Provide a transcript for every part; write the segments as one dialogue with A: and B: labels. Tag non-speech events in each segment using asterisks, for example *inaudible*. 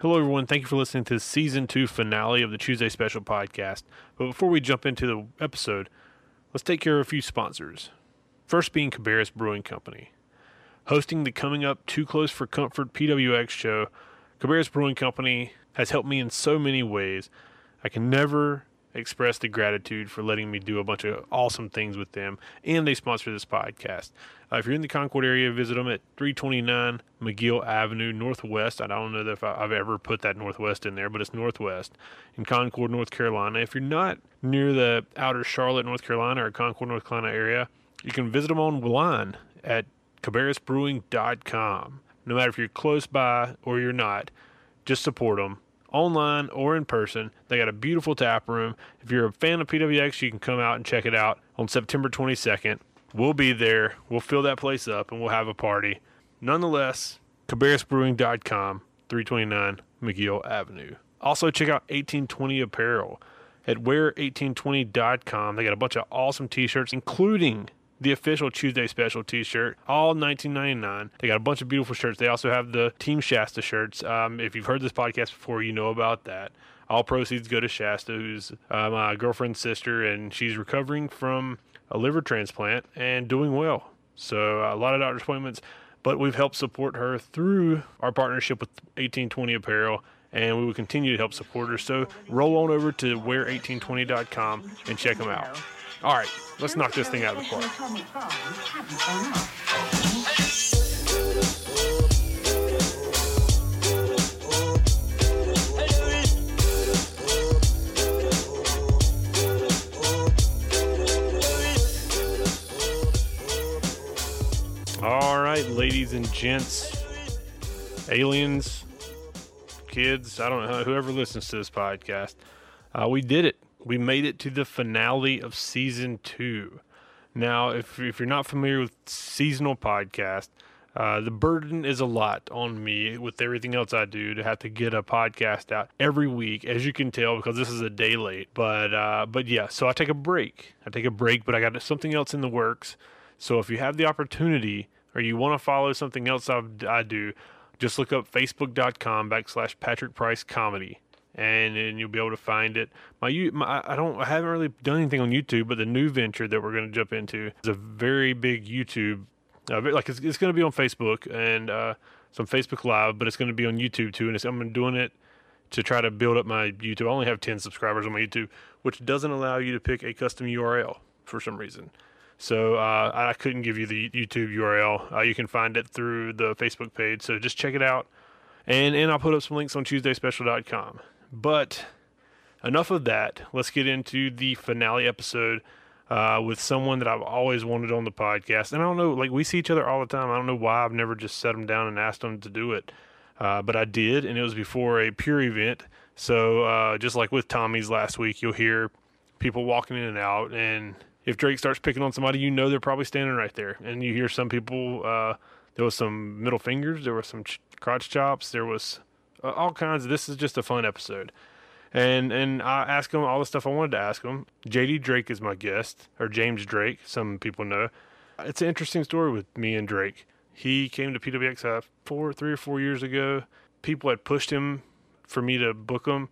A: Hello, everyone. Thank you for listening to the season two finale of the Tuesday Special podcast. But before we jump into the episode, let's take care of a few sponsors. First being Cabarrus Brewing Company. Hosting the Coming Up Too Close for Comfort PWX show, Cabarrus Brewing Company has helped me in so many ways. I can never express the gratitude for letting me do a bunch of awesome things with them, and they sponsor this podcast. Uh, if you're in the Concord area, visit them at 329 McGill Avenue Northwest. I don't know if I- I've ever put that Northwest in there, but it's Northwest in Concord, North Carolina. If you're not near the outer Charlotte, North Carolina, or Concord, North Carolina area, you can visit them online at cabarrusbrewing.com. No matter if you're close by or you're not, just support them online or in person. They got a beautiful tap room. If you're a fan of PWX, you can come out and check it out on September 22nd. We'll be there. We'll fill that place up and we'll have a party. Nonetheless, cabarrusbrewing.com, 329 McGill Avenue. Also, check out 1820 Apparel at wear1820.com. They got a bunch of awesome t shirts, including the official Tuesday special T-shirt, all 19.99. They got a bunch of beautiful shirts. They also have the Team Shasta shirts. Um, if you've heard this podcast before, you know about that. All proceeds go to Shasta, who's uh, my girlfriend's sister, and she's recovering from a liver transplant and doing well. So uh, a lot of doctor's appointments, but we've helped support her through our partnership with 1820 Apparel. And we will continue to help support her. So roll on over to wear1820.com and check them out. All right, let's knock this thing out of the park. All right, ladies and gents, aliens, kids, I don't know, whoever listens to this podcast, uh, we did it. We made it to the finale of season two. Now, if, if you're not familiar with seasonal podcast, uh, the burden is a lot on me with everything else I do to have to get a podcast out every week, as you can tell, because this is a day late. But uh, but yeah, so I take a break. I take a break, but I got something else in the works. So if you have the opportunity or you want to follow something else I've, I do, just look up facebook.com backslash Patrick Price Comedy. And, and you'll be able to find it. My, you- my I don't I haven't really done anything on YouTube, but the new venture that we're going to jump into is a very big YouTube uh, but, like it's, it's going to be on Facebook and uh, some Facebook Live, but it's going to be on YouTube too. And it's, I'm doing it to try to build up my YouTube. I only have 10 subscribers on my YouTube, which doesn't allow you to pick a custom URL for some reason. So uh, I couldn't give you the YouTube URL. Uh, you can find it through the Facebook page. So just check it out. And, and I'll put up some links on TuesdaySpecial.com. But enough of that. Let's get into the finale episode uh, with someone that I've always wanted on the podcast. And I don't know, like we see each other all the time. I don't know why I've never just set them down and asked them to do it, uh, but I did, and it was before a pure event. So uh, just like with Tommy's last week, you'll hear people walking in and out, and if Drake starts picking on somebody, you know they're probably standing right there. And you hear some people. Uh, there was some middle fingers. There was some ch- crotch chops. There was uh, all kinds. This is just a fun episode and and I asked him all the stuff I wanted to ask him. JD Drake is my guest, or James Drake, some people know. It's an interesting story with me and Drake. He came to PWX uh, four, three or four years ago. People had pushed him for me to book him,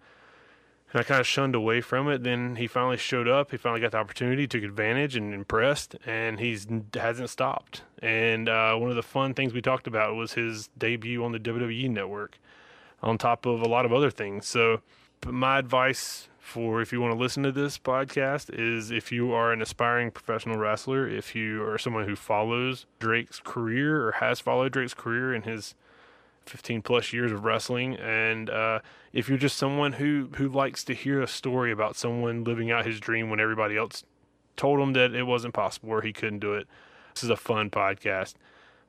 A: and I kind of shunned away from it. Then he finally showed up. He finally got the opportunity, took advantage, and impressed. And he's hasn't stopped. And uh, one of the fun things we talked about was his debut on the WWE Network, on top of a lot of other things. So but my advice for if you want to listen to this podcast is if you are an aspiring professional wrestler, if you are someone who follows Drake's career or has followed Drake's career in his 15 plus years of wrestling, and uh, if you're just someone who who likes to hear a story about someone living out his dream when everybody else told him that it wasn't possible or he couldn't do it, this is a fun podcast.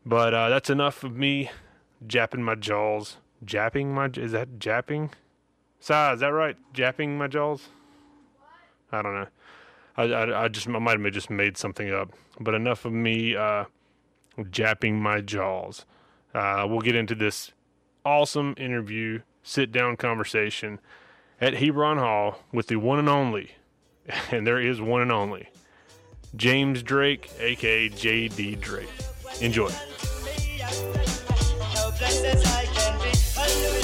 A: But uh, that's enough of me japping my jaws. Japping my is that japping? Si, is that right? Japping my jaws? I don't know. I, I, I just I might have just made something up. But enough of me uh, japping my jaws. Uh, we'll get into this awesome interview, sit down conversation at Hebron Hall with the one and only, *laughs* and there is one and only, James Drake, aka JD Drake. Enjoy.
B: Helpless as I can be, I knew you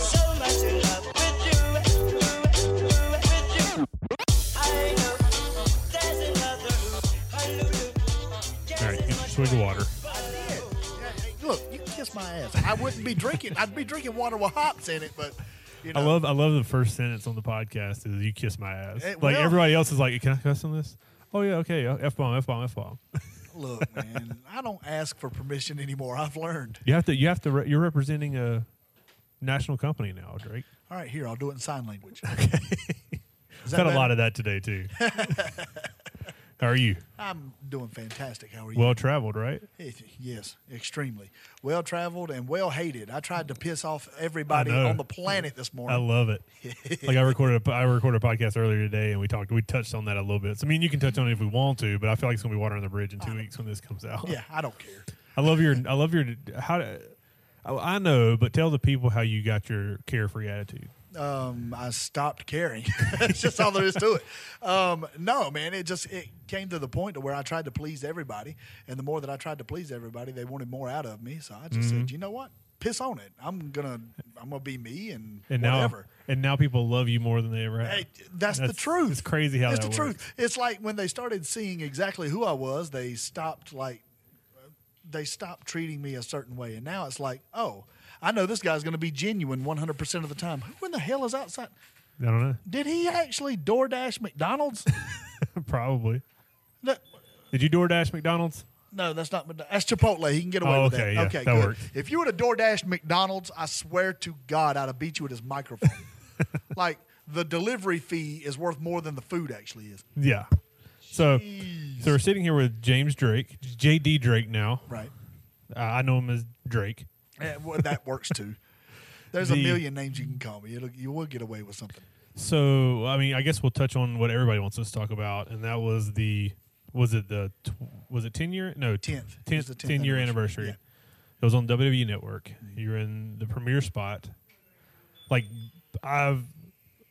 B: so much.
A: swig of water.
C: Look, you can kiss my ass. I wouldn't be drinking. I'd be drinking water with hops in it, but you know.
A: I love I love the first sentence on the podcast is "You kiss my ass."
C: Eh,
A: like
C: well-
A: everybody else is like, "Can I cuss on this?" Oh yeah, okay. F bomb, f bomb, f bomb.
C: Look, man, I don't ask for permission anymore. I've learned.
A: You have to you have to re- you're representing a national company now, Drake.
C: All right, here I'll do it in
A: *laughs*
C: sign language. Okay. Is that
A: Got a lot
C: better?
A: of that today too. How are you?
C: I'm doing fantastic. How are you?
A: Well traveled, right?
C: Yes, extremely well traveled and well hated. I tried to piss off everybody
A: know.
C: on the planet this
A: I
C: morning.
A: love it. like I recorded a, I recorded a podcast earlier today, and we talked we touched on that a little bit. So I mean, you can touch on it if we want to, but I feel like it's gonna be water on the bridge in two weeks when this comes out.
C: yeah, I don't care.
A: I love your I love your how. to- I I know, but tell the people how you got your carefree attitude.
C: um, I stopped caring. *laughs* That's just all there is to it. Um, no, man, it just it came to the point to where I tried to please everybody, and the more that I tried to please everybody, they wanted more out of me. So I just said,
A: Mm-hmm.
C: you know what, piss on it. I'm gonna I'm gonna be me and,
A: And now,
C: whatever.
A: and now people love you more than they ever have.
C: Hey, that's, the
A: That's-
C: truth.
A: it's crazy how
C: it's
A: that
C: the truth. It's like when they started seeing exactly who I was, they stopped like uh, they stopped treating me a certain way, and now it's like, oh, I know this guy's going to be genuine 100 percent of the time. Who in the hell is outside?
A: I don't know. *laughs*
C: Did he actually DoorDash McDonald's?
A: Probably.
C: no,
A: Did you DoorDash McDonald's?
C: no, that's not. McDo- That's Chipotle. He can get away
A: Oh,
C: with
A: okay,
C: that.
A: yeah,
C: okay,
A: that
C: good.
A: works.
C: If you would have DoorDash McDonald's, I swear to God, I'd have beat you with
A: *laughs*
C: his microphone. like the delivery fee is worth more than the food actually is.
A: Yeah. So, so we're sitting here with James Drake, JD Drake. Now
C: Right.
A: uh, I know him as Drake.
C: Eh, well, that works too. There's
A: The-
C: a million names you can call me. It'll, you will get away with something.
A: So I mean, I guess we'll touch on what everybody wants us to talk about, and that was the was it the tw- was it ten year no
C: Tenth. It was
A: tenth
C: the tenth
A: ten year anniversary.
C: anniversary.
A: It was on WWE Network. You're in the premiere spot. Like I've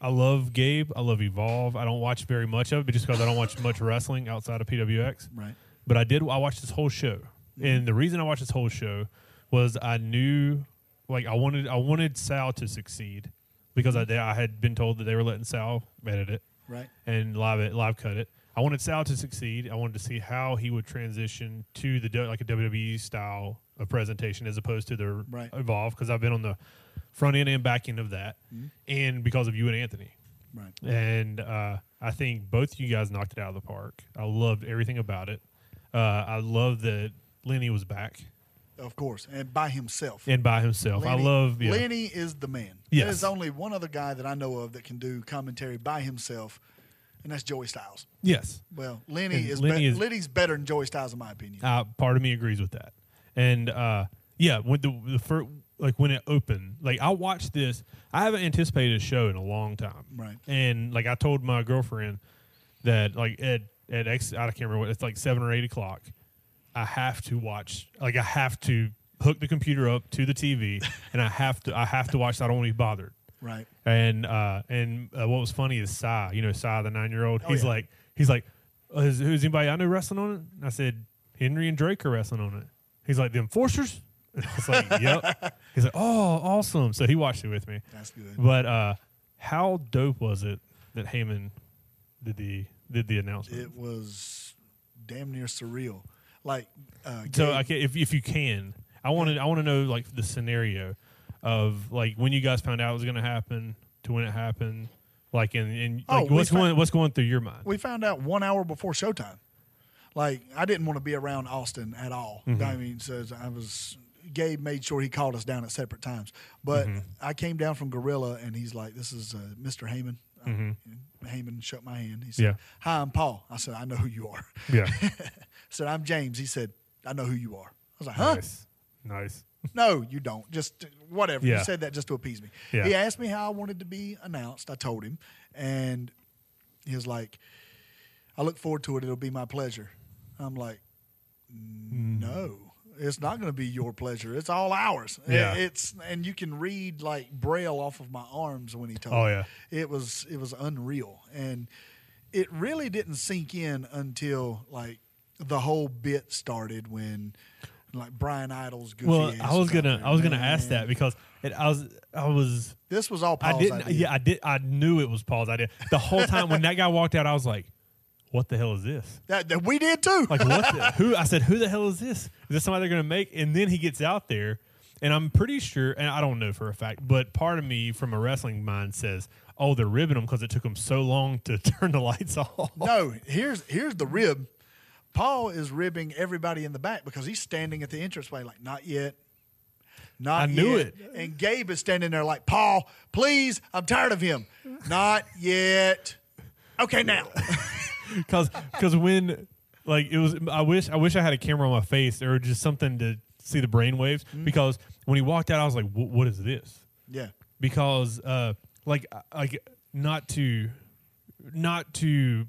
A: I love Gabe. I love Evolve. I don't watch very much of it, but just because I don't watch much wrestling outside of PWX.
C: Right.
A: But I did. I watched this whole show,
C: Mm-hmm.
A: and the reason I watched this whole show was I knew, like, I wanted, I wanted Sal to succeed because I, I had been told that they were letting Sal edit it
C: Mm-hmm. Right.
A: and live it, live cut it. I wanted Sal to succeed. I wanted to see how he would transition to the do- like a WWE style of presentation as opposed to the
C: Right.
A: evolve because I've been on the front end and back end of that,
C: Mm-hmm.
A: and because of you and Anthony
C: Right.
A: and uh, I think both you guys knocked it out of the park. I loved everything about it. Uh, I love that Lenny was back
C: Of course. And by himself.
A: and by himself. I love yeah.
C: Lenny is the man.
A: Yes.
C: There's only one other guy that I know of that can do commentary by himself, and that's Joey Styles.
A: Yes,
C: Well, Lenny
A: And
C: is,
A: Lenny
C: be-
A: is-
C: Lenny's better than Joey Styles in my opinion.
A: uh, part of me agrees with that. And uh, yeah, when the, the first like when it opened, like I watched this. I haven't anticipated a show in a long time.
C: Right.
A: And like I told my girlfriend that like at at X I can't remember what it's like seven or eight o'clock. I have to watch. Like I have to hook the computer up to the TV, and I have to I have to watch. So I don't want to be bothered.
C: Right.
A: And uh, and uh, what was funny is Cy, you know, Cy, the nine year old. He's
C: Oh, yeah.
A: like, he's like, "Uh, is, who's anybody I know wrestling on it? And I said, Henry and Drake are wrestling on it. He's like, the enforcers. *laughs* And I was like,
C: *laughs*
A: yep. He's like, oh, awesome. So he watched it with me.
C: That's good.
A: But uh, how dope was it that Heyman did the did the announcement?
C: It was damn near surreal. Like, uh,
A: so
C: Gabe-
A: I can, if if you can, I want to I want to know like the scenario of like when you guys found out it was going to happen to when it happened. Like and, and
C: Oh,
A: like
C: we
A: what's
C: found-
A: going what's going through your mind?
C: we *laughs* found out one hour before showtime. Like I didn't want to be around Austin at all. I mean, says I was. Gabe made sure he called us down at separate times, but I came down from Gorilla and he's like, "This is uh, Mr. Heyman." Uh, Heyman shook my hand. He said,
A: Yeah.
C: "Hi, I'm Paul." I said, "I know who you are." *laughs*
A: Yeah.
C: I said, "I'm James." He said, "I know who you are." I was like, "Huh?"
A: Nice. Nice.
C: No, you don't. Just whatever.
A: Yeah.
C: You said that just to appease me.
A: Yeah.
C: He asked me how I wanted to be announced. I told him. And he was like, I look forward to it. It'll be my pleasure. I'm like,
A: Mm.
C: no, it's not going to be your pleasure. It's all ours.
A: Yeah.
C: It's and you can read like braille off of my arms when he told
A: Oh,
C: me.
A: yeah.
C: It was it was unreal. And it really didn't sink in until like the whole bit started when like Brian Idol's goofy
A: Well,
C: ass
A: I was
C: out
A: gonna
C: there,
A: I was gonna ask
C: man.
A: that because it, I was I was
C: This was all
A: I
C: Paul's
A: didn't
C: idea.
A: yeah I did I knew it was Paul's idea the whole time when that guy walked out I was like what the hell is this?
C: That, that we did too.
A: Like what? The, who? I said, who the hell is this? Is this somebody they're going to make? And then he gets out there, and I'm pretty sure, and I don't know for a fact, but part of me from a wrestling mind says, oh, they're ribbing him because it took him so long to *laughs* turn the lights off.
C: *laughs* no, here's here's the rib. Paul is ribbing everybody in the back because he's standing at the entranceway like, not yet. Not
A: I knew
C: yet."
A: it.
C: And Gabe is standing there like, Paul, please, I'm tired of him. Not yet.
A: *laughs*
C: Okay, now.
A: because because when like it was I wish I wish I had a camera on my face or just something to see the brain waves because when he walked out I was like "Wh- what is this
C: yeah.
A: because uh like I- like not to not to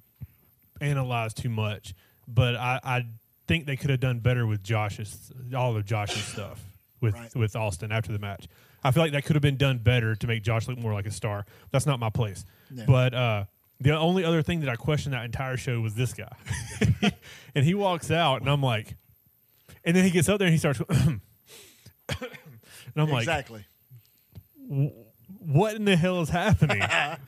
A: analyze too much but I I think they could have done better with Josh's all of Josh's stuff with
C: Right.
A: with Austin after the match I feel like that could have been done better to make Josh look more like a star that's not my place
C: No.
A: but uh the only other thing that I questioned that entire show was this guy *laughs* and he walks out and I'm like and then he gets up there and he starts *coughs* and I'm like
C: exactly.
A: what in the hell is
C: *laughs*
A: happening?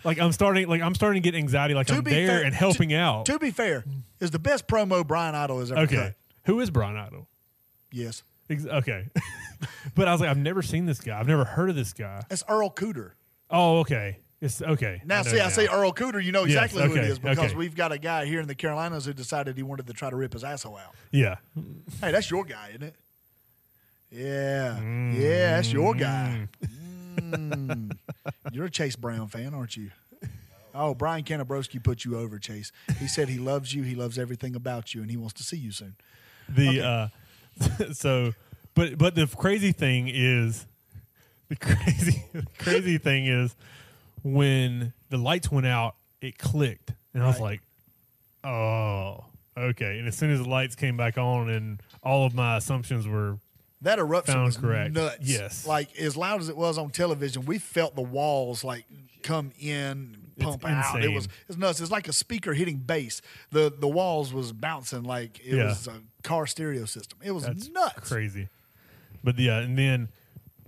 A: like I'm starting, like I'm starting to get anxiety. Like I'm
C: be
A: there
C: fair-
A: and helping out.
C: To be fair, is the best promo Brian Idol has ever
A: okay,
C: cut.
A: who is Brian Idol?
C: Yes.
A: Ex- okay, *laughs* but I was like, I've never seen this guy. I've never heard of this guy.
C: It's Earl Cooter.
A: Oh, okay. It's okay.
C: Now,
A: know
C: see, I say Earl Cooter, you know
A: Yes,
C: exactly who it
A: okay,
C: is because
A: okay.
C: we've got a guy here in the Carolinas who decided he wanted to try to rip his asshole out.
A: Yeah,
C: Hey, that's your guy, isn't it? Yeah. Yeah, that's your guy. Mm. You're a Chase Brown fan, aren't you? Oh, Brian Kanabrowski put you over, Chase. He said he loves you, he loves everything about you, and he wants to see you soon.
A: the uh, *laughs* so, but but the crazy thing is, the *laughs* crazy the crazy thing is when the lights went out, it clicked, and I was like, Oh, okay. And as soon as the lights came back on, and all of my assumptions were
C: That eruption
A: Sounds
C: was
A: correct.
C: nuts.
A: Yes.
C: Like as loud as it was on television, we felt the walls like come in, pump out. It
A: insane.
C: was it's nuts. It's like a speaker hitting bass. The the walls was bouncing like it
A: Yeah.
C: was a car stereo system. It was
A: that's
C: nuts.
A: crazy. But yeah, and then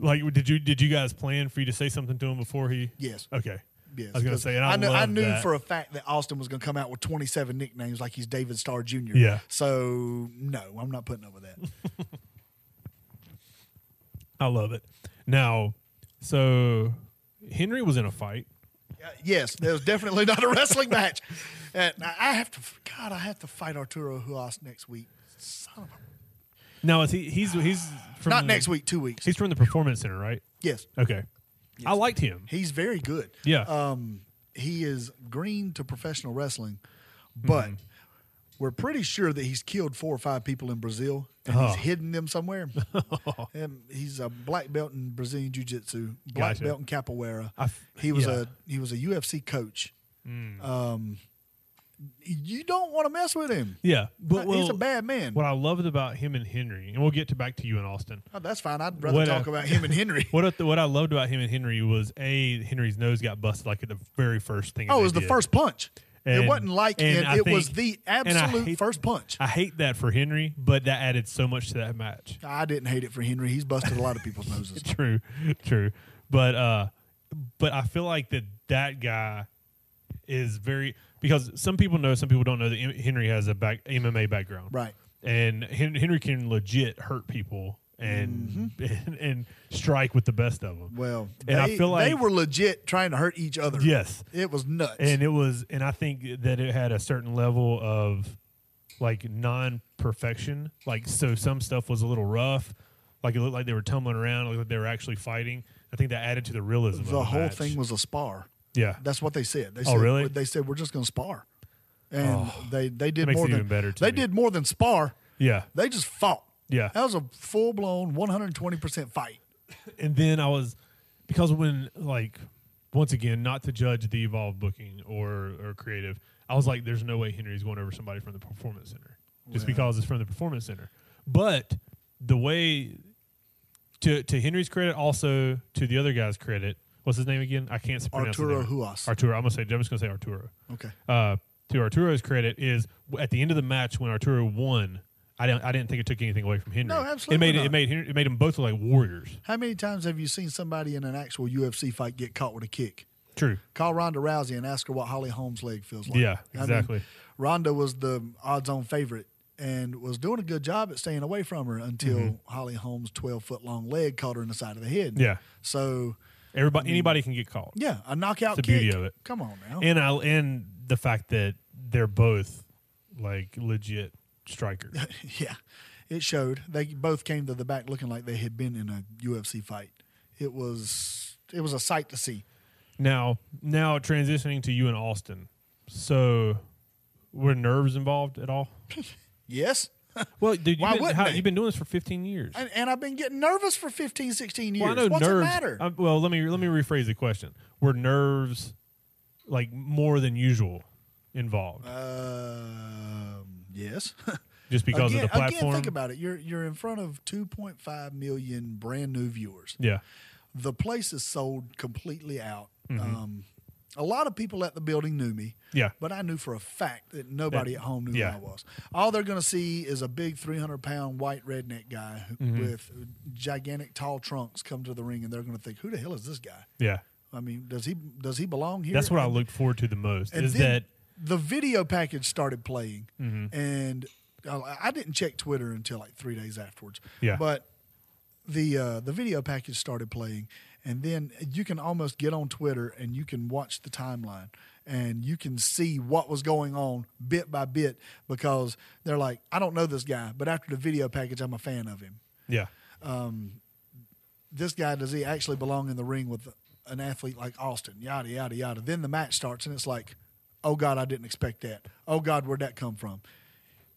A: like, did you did you guys plan for you to say something to him before he?
C: Yes.
A: Okay.
C: Yes,
A: I was gonna
C: 'cause
A: say, and I,
C: knew, I
A: loved
C: knew
A: that.
C: for a fact that Austin was going to come out with 27 nicknames like he's David Starr Jr.
A: Yeah.
C: So no, I'm not putting up with that. *laughs*
A: I love it. Now, so Henry was in a fight.
C: Uh, yes, there was definitely not a wrestling match. And I I have to, God, I have to fight Arturo Huas next week. Son of a
A: Now is he? He's he's from
C: Not
A: the-
C: next week, two weeks.
A: He's from the performance center, right?
C: Yes.
A: Okay. I liked him.
C: He's very good.
A: Yeah.
C: Um, he is green to professional wrestling,
A: Mm-hmm.
C: but we're pretty sure that he's killed four or five people in Brazil and
A: Oh.
C: he's hidden
A: *laughs*
C: them somewhere. and he's a black belt in Brazilian Jiu Jitsu, black
A: Gotcha.
C: belt in capoeira.
A: I f-
C: he was
A: yeah. Mm.
C: a he was a UFC coach. Um, you don't want to mess with him.
A: Yeah, but
C: Uh, he's a
A: well,
C: bad man.
A: What I loved about him and Henry, and we'll get to back to you and Austin.
C: Oh, that's fine. I'd rather
A: What
C: talk
A: a-
C: about him and Henry.
A: What I- what I loved about him and Henry was a Henry's nose got busted like at the very first thing.
C: Oh,
A: they
C: it was the
A: did.
C: first punch.
A: And-
C: it wasn't like
A: and
C: it,
A: I
C: it was
A: think-
C: the
A: and I
C: absolute
A: hate-
C: first punch.
A: I hate that for Henry, but that added so much to that match.
C: I didn't hate it for Henry. He's busted a lot of people's noses.
A: *laughs* True, true, but uh, but I feel like that that guy is very because some people know, some people don't know that Hen- Henry has a back MMA background,
C: Right.
A: And Hen- Henry can legit hurt people and *laughs* and, and strike with the best of them.
C: *laughs* Mm-hmm. Well,
A: and
C: they,
A: I feel like
C: they were legit trying to hurt each other.
A: yes,
C: It was nuts.
A: and it was and i think that it had a certain level of like non-perfection like so some stuff was a little rough like it looked like they were tumbling around like they were actually fighting i think that added to the realism of
C: the whole
A: match.
C: thing was a spar.
A: yeah
C: That's what they said. They
A: Oh,
C: said,
A: really? Oh,
C: They said we're just going to spar, and they they did
A: makes
C: more
A: it
C: than
A: even better to
C: they
A: me.
C: did more than spar.
A: yeah
C: They just fought.
A: Yeah.
C: that was a full blown one hundred twenty percent fight.
A: and then i was because when like once again not to judge the evolved booking or or creative i was like there's no way henry's going over somebody from the performance center just because it's from the performance center but the way to to Henry's credit, also to the other guy's credit. What's his name again? I can't pronounce his
C: Arturo
A: name.
C: Huas.
A: Arturo. I'm gonna say. I'm just gonna say Arturo.
C: Okay,
A: Uh, to Arturo's credit is w- at the end of the match when Arturo won. I didn't. I didn't think it took anything away from Henry.
C: No, absolutely
A: It made it-
C: not.
A: it made Henry, it made them both look like warriors.
C: how many times have you seen somebody in an actual UFC fight get caught with a kick?
A: True.
C: Call Ronda Rousey and ask her what Holly Holm's leg feels like.
A: Yeah,
C: I mean,
A: exactly.
C: Rhonda was the odds on favorite and was doing a good job at staying away from her until Holly Holmes' 12 foot long leg caught her in the side of the head.
A: Mm-hmm. Yeah.
C: So,
A: Everybody, anybody can get caught.
C: yeah, a knockout
A: It's the
C: kick.
A: beauty of it.
C: Come on now.
A: And I and the fact that they're both like legit strikers.
C: *laughs* *laughs* yeah. It showed. They both came to the back looking like they had been in a UFC fight. It was it was a sight to see.
A: Now, now transitioning to you and Austin. So, were nerves involved at all?
C: Yes. *laughs*
A: Well, dude,
C: Why
A: you've been,
C: wouldn't
A: how,
C: they?
A: you've been doing this for 15 years.
C: And, and I've been getting nervous for 15, 16 years.
A: Well, I know
C: What's
A: nerves.
C: the matter?
A: uh, well, let me let me rephrase the question. Were nerves like more than usual involved,
C: Uh, Um, yes. *laughs*
A: just because
C: again,
A: of the platform?
C: Again, think about it. You're you're in front of 2.5 million brand new viewers.
A: yeah,
C: The place is sold completely out. Um, a lot of people at the building knew me.
A: Mm-hmm. yeah.
C: But I knew for a fact that nobody
A: That-
C: at home knew
A: yeah.
C: who I was. All they're going to see is a big 300 pound white redneck guy who-
A: Mm-hmm.
C: with gigantic tall trunks come to the ring, and they're going to think, "Who the hell is this guy?"
A: Yeah,
C: I mean, does he does he belong here?
A: that's what I
C: And-
A: looked forward to the most.
C: and
A: Is
C: then
A: that Mm-hmm.
C: the video package started playing, and I I didn't check Twitter until like three days afterwards.
A: Yeah.
C: but the uh, the video package started playing, and then you can almost get on Twitter and you can watch the timeline and you can see what was going on bit by bit because they're like, I don't know this guy, but after the video package, I'm a fan of him.
A: yeah,
C: This guy does he actually belong in the ring with an athlete like Austin? Yada yada yada. Then the match starts and it's like, oh God, I didn't expect that. Oh God, where'd that come from?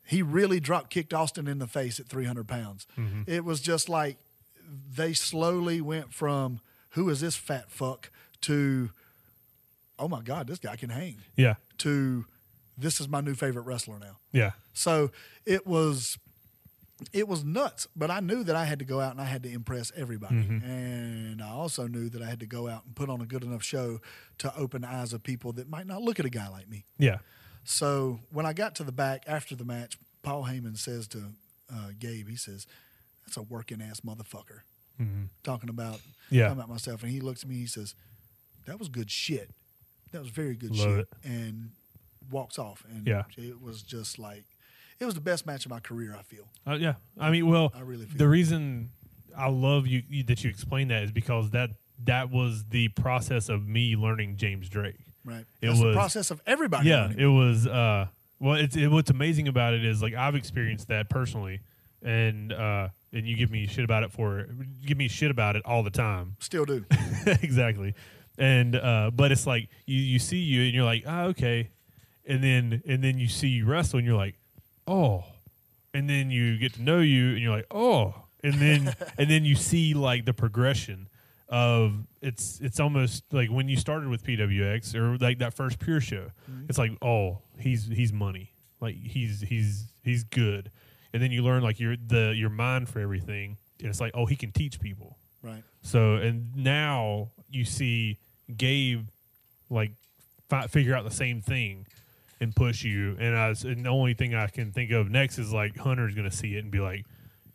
C: He really drop kicked Austin in the face at 300 pounds. It was just like they slowly went from who is this fat fuck to oh my God, this guy can hang
A: yeah,
C: to this is my new favorite wrestler now.
A: yeah,
C: So it was it was nuts, but I knew that I had to go out and I had to impress everybody. And I also knew that I had to go out and put on a good enough show to open the eyes of people that might not look at a guy like me.
A: yeah,
C: So when I got to the back after the match, Paul Heyman says to uh, Gabe, he says, "That's a working ass motherfucker." Talking about
A: Mm-hmm. Yeah.
C: talking about myself, and he looks at me. He says, "That was good shit. That was very good
A: Love
C: shit."
A: it.
C: And walks off. And
A: Yeah.
C: it was just like it was the best match of my career. I feel.
A: uh, yeah. I mean, well,
C: I really feel
A: the
C: it.
A: reason I love you, you that you explained that is because that that was the process of me learning James Drake.
C: Right.
A: It
C: That's the
A: was-
C: process of everybody.
A: yeah
C: learning.
A: it was uh well it's it, what's amazing about it is like i've experienced that personally and uh and you give me shit about it for give me shit about it all the time
C: Still do.
A: *laughs* exactly and uh but it's like you you see you and you're like ah okay and then and then you see you wrestle and you're like oh and then you get to know you and you're like oh and then and then you see like the progression of it's it's almost like when you started with PWX or like that first pure show it's like oh he's he's money like he's he's he's good and then you learn like your the your mind for everything and it's like oh he can teach people
C: Right.
A: so and now you see Gabe like fi- figure out the same thing and push you. And I was, and the only thing I can think of next is like Hunter's going to see it and be like,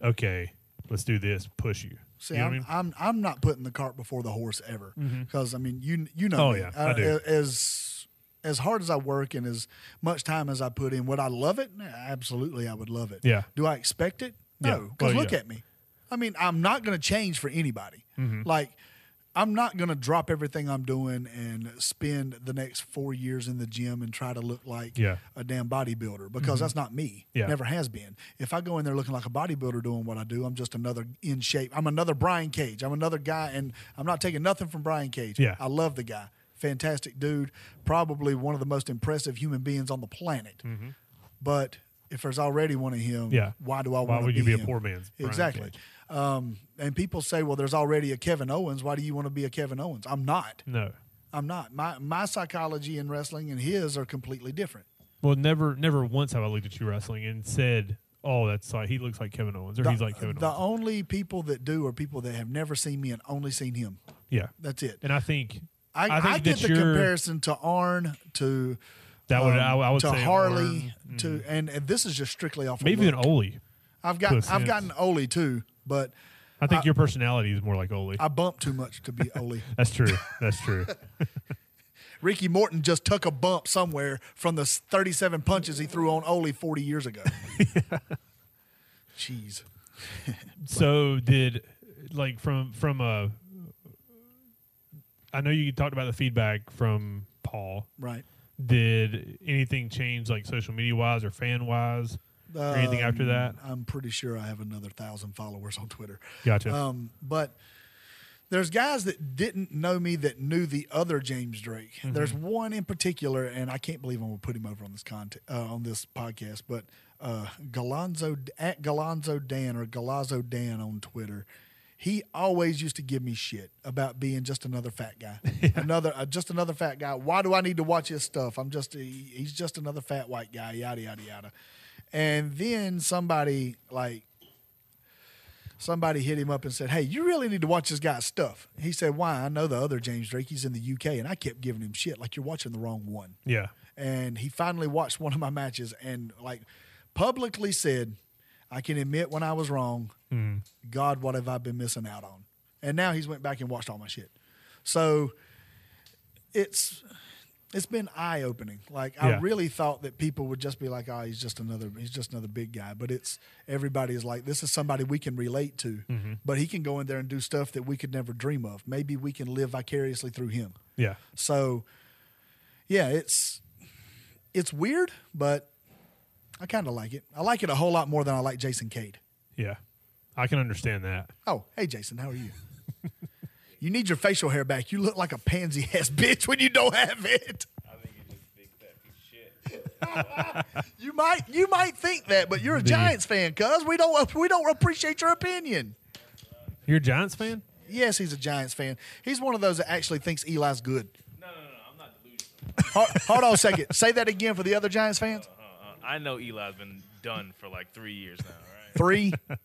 A: okay, let's do this, push you.
C: See,
A: you know what
C: I'm,
A: I mean? Mm-hmm.
C: I'm I'm not putting the cart before the horse ever because I mean you you know
A: Oh,
C: me.
A: yeah, I do.
C: as as hard as I work and as much time as I put in, would I love it? Nah, Absolutely, I would love it.
A: Yeah.
C: Do I expect it?
A: Yeah.
C: No, because
A: Well,
C: look
A: yeah.
C: at me. I mean, I'm not going to change for anybody.
A: Mm-hmm.
C: Like, I'm not going to drop everything I'm doing and spend the next four years in the gym and try to look like
A: Yeah.
C: a damn bodybuilder because that's not me.
A: Mm-hmm. Yeah.
C: Never has been. If I go in there looking like a bodybuilder doing what I do, I'm just another in shape. I'm another Brian Cage. I'm another guy, and I'm not taking nothing from Brian Cage.
A: Yeah.
C: I love the guy. Fantastic dude. Probably one of the most impressive human beings on the planet. But if there's already one of him,
A: Mm-hmm. Yeah.
C: why do I
A: Why
C: want to
A: would
C: be
A: you be a
C: him?
A: poor man's Brian
C: Exactly.
A: Cage?
C: Um, and people say, well, there's already a Kevin Owens. Why do you want to be a Kevin Owens? I'm not.
A: no.
C: I'm not. My my psychology in wrestling and his are completely different.
A: Well, never, never once have I looked at you wrestling and said, oh, that's like, he looks like Kevin Owens or he's like Kevin
C: the
A: Owens.
C: only people that do are people that have never seen me and only seen him.
A: Yeah.
C: That's it.
A: And I think,
C: I, I,
A: think
C: get
A: that
C: the
A: you're,
C: comparison to Arn to
A: that would,
C: um,
A: I, I would
C: to
A: say
C: Harley
A: Arn, mm.
C: to and, and this is just strictly off. of
A: maybe
C: look.
A: an Oli.
C: I've
A: to a
C: got
A: sense.
C: I've gotten Oli too, but
A: I think your personality is more like Oli. *laughs*
C: I bump too much to be Oli. *laughs*
A: That's true. That's true.
C: Ricky Morton just took a bump somewhere from the 37 punches he threw on Ole 40
A: *laughs*
C: years ago. Jeez.
A: So did like from from uh I know you talked about the feedback from Paul.
C: Right.
A: Did anything change like social media wise or fan wise or anything after
C: Um,
A: that?
C: I'm pretty sure I have another thousand followers on Twitter.
A: Gotcha.
C: Um, but there's guys that didn't know me that knew the other James Drake. There's one in particular, and I can't believe I'm gonna put him over on this content uh, on this podcast. But uh, Galonzo at Galonzo Dan or Galazzo Dan on Twitter. He always used to give me shit about being just another fat guy, another uh, just another fat guy. Why do I need to watch his stuff? I'm just he- he's just another fat white guy. Yada yada yada. And then somebody like somebody hit him up and said, Hey, you really need to watch this guy's stuff. He said, Why? I know the other James Drake. He's in the UK. And I kept giving him shit, like you're watching the wrong one.
A: yeah.
C: And he finally watched one of my matches and, like, publicly said, I can admit when I was wrong. God, what have I been missing out on? And now he's went back and watched all my shit. So it's. It's been eye opening. Like I
A: Yeah.
C: really thought that people would just be like, "Oh, he's just another he's just another big guy." But it's everybody is like, "This is somebody we can relate to." But he can go in there and do stuff that we could never dream of. Maybe we can live vicariously through him.
A: Yeah.
C: So yeah, it's it's weird, but I kind of like it. I like it a whole lot more than I like Jason Cade.
A: Yeah. I can understand that.
C: Oh, hey Jason, how are you? you need your facial hair back. You look like a pansy ass *laughs* bitch when you don't have it.
D: I think you're just a big fat piece of shit.
C: You might you might think that, but you're a Giants fan, cuz we don't we don't appreciate your opinion.
A: You're a Giants fan?
C: Yes, he's a Giants fan. He's one of those that actually thinks Eli's good.
D: No, no, no, I'm not delusional.
C: Hold, hold on a second. Say that again for the other Giants fans.
D: Uh, I know Eli's been done for like three years now, all right?
C: Three,
D: *laughs*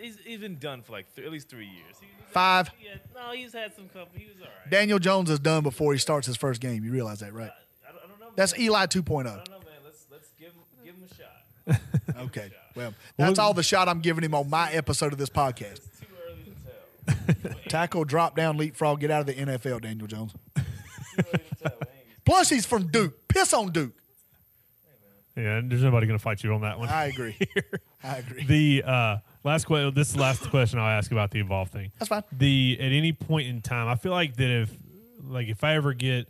D: He's, he's been done for like th- at least three years. He,
C: five.
D: he had, no, he's had some company. He was all right.
C: Daniel Jones is done before he starts his first game. You realize that, right?
D: I, don't, I don't know.
C: That's
D: man.
C: Eli oh.
D: I
C: 2.0.
D: don't know, man. Let's let's give him give him a shot.
C: Okay. Well, that's all the shot I'm giving him on my episode of this podcast.
D: It's too early to tell.
C: Tackle, drop down, leapfrog, get out of the NFL, Daniel Jones.
D: Too early to tell. It ain't-
C: Plus, he's from Duke. Piss on Duke.
A: Yeah, and there's nobody gonna fight you on that one.
C: I agree. I agree.
A: the uh last question this is the last question I'll ask about the evolve thing.
C: That's fine.
A: the at any point in time i feel like that if like if i ever get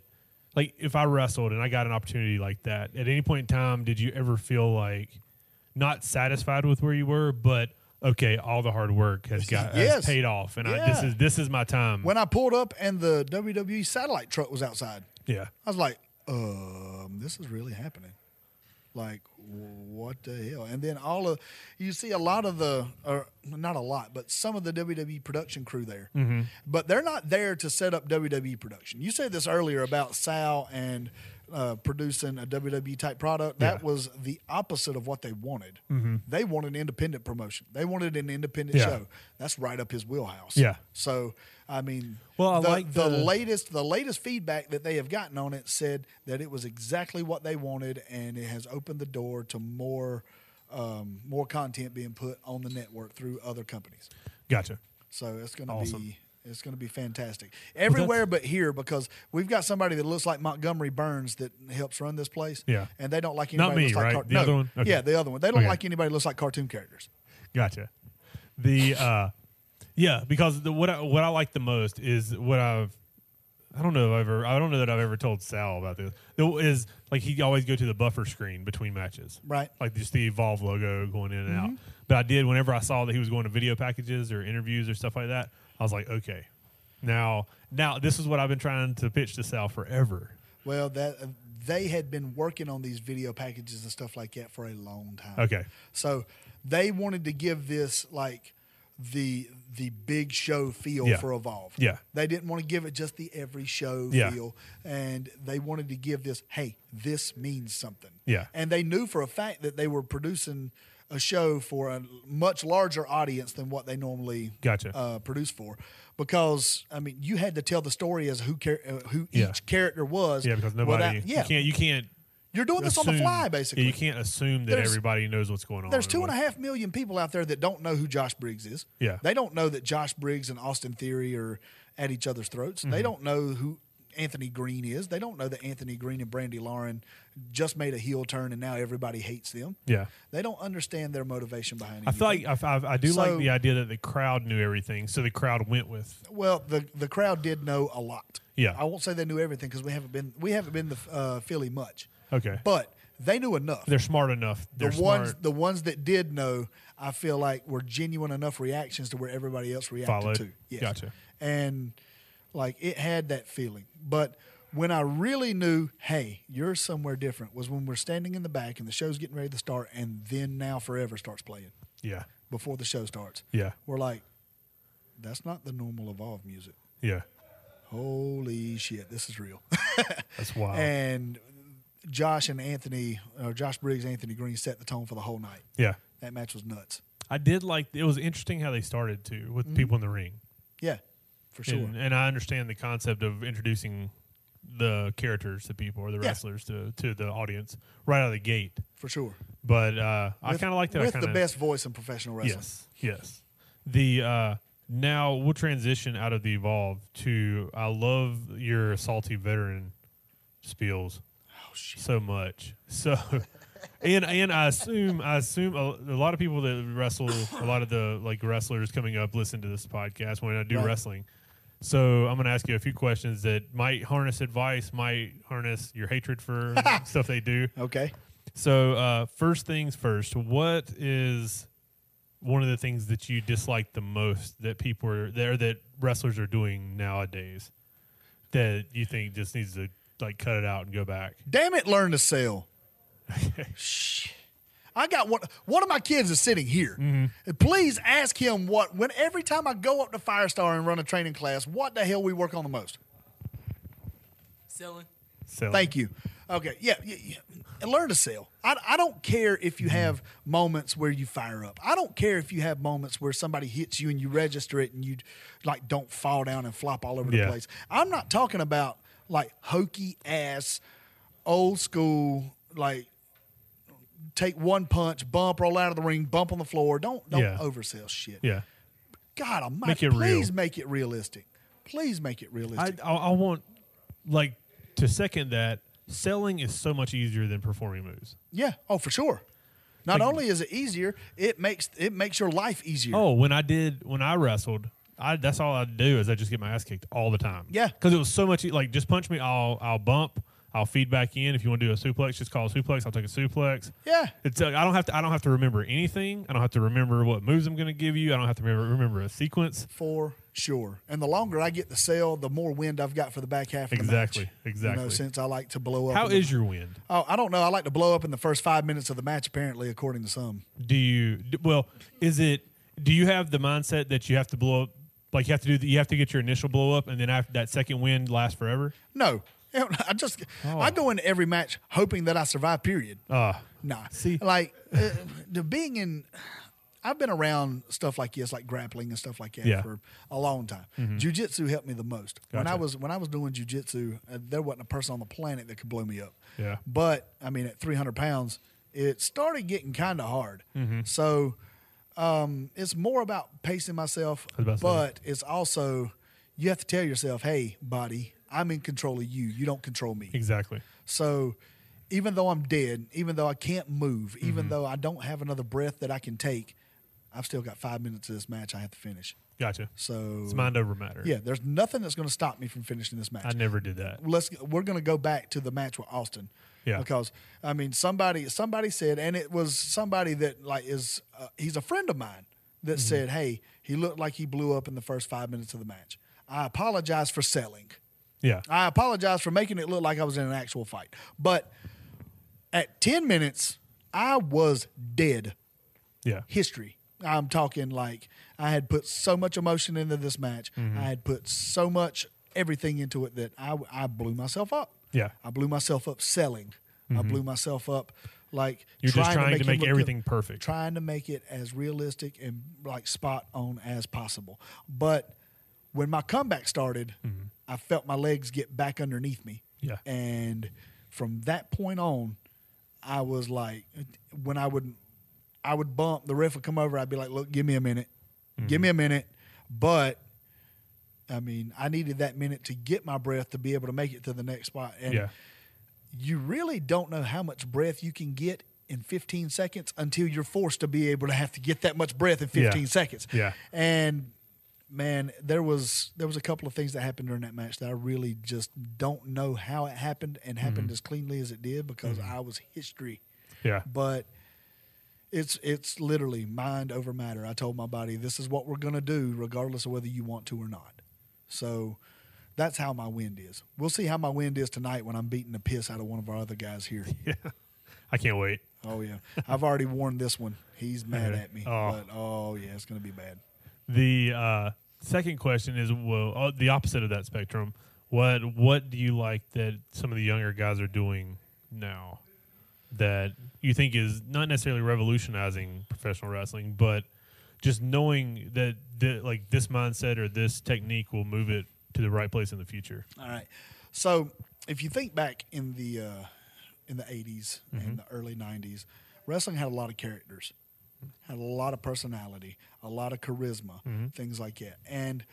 A: like if i wrestled and i got an opportunity like that at any point in time did you ever feel like not satisfied with where you were but okay all the hard work has got
C: Yes.
A: has paid off and I, this
C: Yeah.
A: is this is my time
C: When I pulled up and the WWE satellite truck was outside,
A: yeah
C: I was like, um, this is really happening. Like, what the hell? And then all of, you see a lot of the, or not a lot, but some of the WWE production crew there.
A: Mm-hmm.
C: But they're not there to set up WWE production. You said this earlier about Sal and uh, producing a WWE type product. That
A: Yeah. Mm-hmm.
C: was the opposite of what they wanted. They wanted independent promotion, they wanted an independent
A: Yeah.
C: show. That's right up his wheelhouse.
A: Yeah.
C: So, I mean,
A: Well, I
C: the,
A: like
C: the,
A: the-
C: latest the latest feedback that they have gotten on it said that it was exactly what they wanted, and it has opened the door to more um, more content being put on the network through other companies.
A: gotcha
C: So it's going to
A: Awesome.
C: be it's going to be
A: *laughs*
C: fantastic everywhere but here because we've got somebody that looks like Montgomery Burns that helps run this place.
A: Yeah.
C: and they don't like
A: Not
C: anybody.
A: me,
C: looks like
A: right?
C: car-
A: The
C: no.
A: other one? Okay.
C: Yeah, the other one. They don't
A: Okay.
C: like anybody that looks like cartoon characters.
A: Gotcha. The uh, yeah, because the, what I, what I like the most is what I've I don't know if I've ever I don't know that I've ever told Sal about this. Though, Is like he always go to the buffer screen between matches,
C: Right. Mm-hmm.
A: Like just the evolve logo going in and out. But I did whenever I saw that he was going to video packages or interviews or stuff like that. I was like, okay, now now this is what I've been trying to pitch to Sal forever.
C: Well, that uh, they had been working on these video packages and stuff like that for a long time.
A: Okay.
C: So they wanted to give this like the the big show feel
A: Yeah.
C: for Evolve.
A: Yeah.
C: They didn't want to give it just the every show
A: Yeah.
C: feel. And they wanted to give this, hey, this means something.
A: Yeah.
C: And they knew for a fact that they were producing a show for a much larger audience than what they normally
A: Gotcha.
C: uh, produce for, because I mean you had to tell the story as who char- uh, who
A: Yeah.
C: each character was.
A: Yeah, because nobody
C: without- yeah,
A: you can't you can't
C: you're doing this on the
A: assume-
C: fly,
A: yeah,
C: basically.
A: you can't assume that
C: There's-
A: everybody knows what's going on.
C: There's
A: and
C: two
A: what-
C: and a half million people out there that don't know who Josh Briggs is.
A: Yeah. Mm-hmm.
C: They don't know that Josh Briggs and Austin Theory are at each other's throats. They don't know who Anthony Green is. They don't know that Anthony Green and Brandy Lauren just made a heel turn and now everybody hates them.
A: Yeah.
C: They don't understand their motivation behind it.
A: I feel like I, I, I do
C: So-
A: like the idea that the crowd knew everything, so the crowd went with.
C: Well, the the crowd did know a lot.
A: Yeah.
C: I won't say they knew everything because we haven't been we haven't been to uh, Philly much.
A: Okay.
C: but they knew enough.
A: They're smart enough.
C: the
A: They're
C: ones
A: smart.
C: the ones that did know, I feel like were genuine enough reactions to where everybody else reacted
A: Followed.
C: to. Yes.
A: Gotcha.
C: And like it had that feeling, but. When I really knew, hey, you're somewhere different, was when we're standing in the back and the show's getting ready to start, and then now forever starts playing
A: yeah.
C: before the show starts.
A: Yeah.
C: We're like, that's not the normal evolve music.
A: Yeah.
C: Holy shit, this is real.
A: That's wild.
C: *laughs* and Josh and Anthony, or Josh Briggs, Anthony Green set the tone for the whole night.
A: yeah.
C: That match was nuts.
A: I did like it was interesting how they started too with people in the ring.
C: Yeah, for Mm-hmm. sure.
A: And, and I understand the concept of introducing the characters to people or the
C: Yeah.
A: wrestlers to, to the audience right out of the gate.
C: for sure.
A: But uh, I
C: With-
A: kind of like that. I
C: With the
A: kinda-
C: best voice in professional wrestling.
A: Yes. Yes. The uh, now we'll transition out of the evolve to I love your salty veteran spiels
C: Oh, shit.
A: so much. So, *laughs* and and I assume I assume a, a lot of people that wrestle, a lot of the like wrestlers coming up listen to this podcast when I do
C: Right.
A: wrestling. So I'm going to ask you a few questions that might harness advice, might harness your hatred *laughs* for stuff they do.
C: Okay.
A: So uh, first things first, what is one of the things that you dislike the most that people are there that wrestlers are doing nowadays that you think just needs to like cut it out and go back?
C: Damn it, learn
A: *laughs*
C: to sell. Shh. I got one. One of my kids is sitting here.
A: Mm-hmm.
C: Please ask him what. When every time I go up to Firestar and run a training class, what the hell we work on the most?
E: Selling.
A: So
C: Thank you. Okay. Yeah. yeah, yeah. And Learn to sell. I, I don't care if you have moments where you fire up. I don't care if you have moments where somebody hits you and you register it and you like don't fall down and flop all over
A: Yeah.
C: the place. I'm not talking about like hokey ass, old school like take one punch, bump, roll out of the ring, bump on the floor. Don't don't
A: Yeah.
C: oversell shit.
A: Yeah.
C: God, Almighty,
A: Make it real.
C: please make it realistic. Please make it
A: I,
C: realistic.
A: I I want like to second that selling is so much easier than performing moves.
C: Yeah. Oh, for sure. Not only is it easier, it makes it makes your life easier.
A: Oh, when I did when I wrestled, I that's all I do is I just get my ass kicked all the time.
C: Yeah.
A: because it was so much e- like just punch me. I'll I'll bump. I'll feed back in. If you want to do a suplex, just call a suplex. I'll take a suplex.
C: Yeah.
A: it's uh, I don't have to. I don't have to remember anything. I don't have to remember what moves I'm going to give you. I don't have to remember, remember a sequence.
C: For sure. And the longer I get to sell, the more wind I've got for the back half of the
A: Exactly.
C: match. You know,
A: Exactly.
C: since I like to blow up.
A: How
C: in the-
A: is your wind?
C: Oh, I don't know. I like to blow up in the first five minutes of the match, apparently, according to some.
A: Do you d- well? Is it? Do you have the mindset that you have to blow up? Like you have to do. The, you have to get your initial blow up, and then after that second wind lasts forever.
C: No. *laughs* Hell, I just
A: Oh.
C: I go into every match hoping that I survive, period.
A: Uh
C: Nah.
A: See-
C: like uh, the being in, I've been around stuff like this, like grappling and stuff like that,
A: Yeah. Mm-hmm.
C: for a long time. Jujitsu helped me the most. When I
A: Gotcha.
C: was when I was doing jujitsu, uh, there wasn't a person on the planet that could blow me up.
A: Yeah.
C: But I mean, at 300 pounds, it started getting kind of hard.
A: Mm-hmm.
C: So um, it's more about pacing myself,
A: was about to say.
C: but it's also you have to tell yourself, "Hey, body, I'm in control of you. You don't control me."
A: exactly.
C: So even though I'm dead, even though I can't move,
A: Mm-hmm.
C: even though I don't have another breath that I can take, I've still got five minutes of this match I have to finish.
A: Gotcha.
C: So
A: It's mind over matter.
C: yeah, there's nothing that's going to stop me from finishing this match.
A: I never did that.
C: Let's we're going to go back to the match with Austin.
A: Yeah.
C: Because I mean somebody somebody said and it was somebody that like is uh, he's a friend of mine
A: Mm-hmm.
C: that said, "Hey, he looked like he blew up in the first 5 minutes of the match. I apologize for selling."
A: Yeah.
C: I apologize for making it look like I was in an actual fight. But at 10 minutes, I was dead.
A: Yeah.
C: History. I'm talking like I had put so much emotion into this match.
A: Mm-hmm.
C: I had put so much everything into it that I, I blew myself up.
A: Yeah. Mm-hmm.
C: I blew myself up selling. I blew myself up like
A: You're just trying to
C: it
A: make
C: look good.
A: everything perfect.
C: Trying to make it as realistic and like spot on as possible. But when my comeback started, I felt my legs get back underneath me.
A: Mm-hmm. Yeah.
C: And from that point on, I was like, when I would, I would
A: Mm-hmm.
C: bump. The ref would come over. I'd be like, "Look, give me a minute, give me a minute." But I mean, I needed that minute to get my breath to be able to make it to the next spot. And
A: yeah.
C: you really don't know how much breath you can get in 15 seconds until you're forced to be able to have to get that much breath in 15
A: Yeah.
C: seconds.
A: Yeah.
C: And man, there was there was a couple of things that happened during that match that I really just don't know how it happened and happened
A: Mm-hmm.
C: as cleanly as it did because I was history.
A: Yeah.
C: But it's it's literally mind over matter. I told my body this is what we're going to do regardless of whether you want to or not. So that's how my wind is. We'll see how my wind is tonight when I'm beating the piss out of one of our other guys here.
A: I can't wait.
C: Oh yeah, I've already warned this one. He's mad at me.
A: Oh.
C: But oh yeah, it's going to be bad.
A: The uh, second question is well, uh, the opposite of that spectrum. What what do you like that some of the younger guys are doing now that you think is not necessarily revolutionizing professional wrestling, but just knowing that the, like this mindset or this technique will move it to the right place in the future.
C: All right. So if you think back in the uh, in the 80s and the early nineties, wrestling had a lot of characters, had a lot of personality, a lot of charisma, things like that, and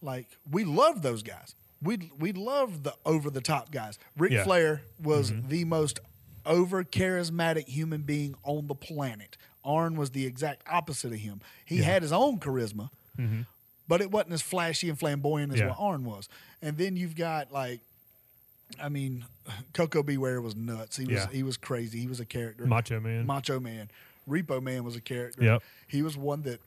C: like we loved those guys. We we loved the over the top guys. Ric
A: Yeah.
C: Flair was the most over charismatic human being on the planet. Arn was the exact opposite of him. He had his own charisma, but it wasn't as flashy and flamboyant as
A: Yeah.
C: what Arn was. And then you've got like, I mean, *laughs* Coco Beware was nuts. He was
A: Yeah.
C: he was crazy. He was a character.
A: Macho Man.
C: Macho Man. Repo Man was a character.
A: Yep.
C: He was one that,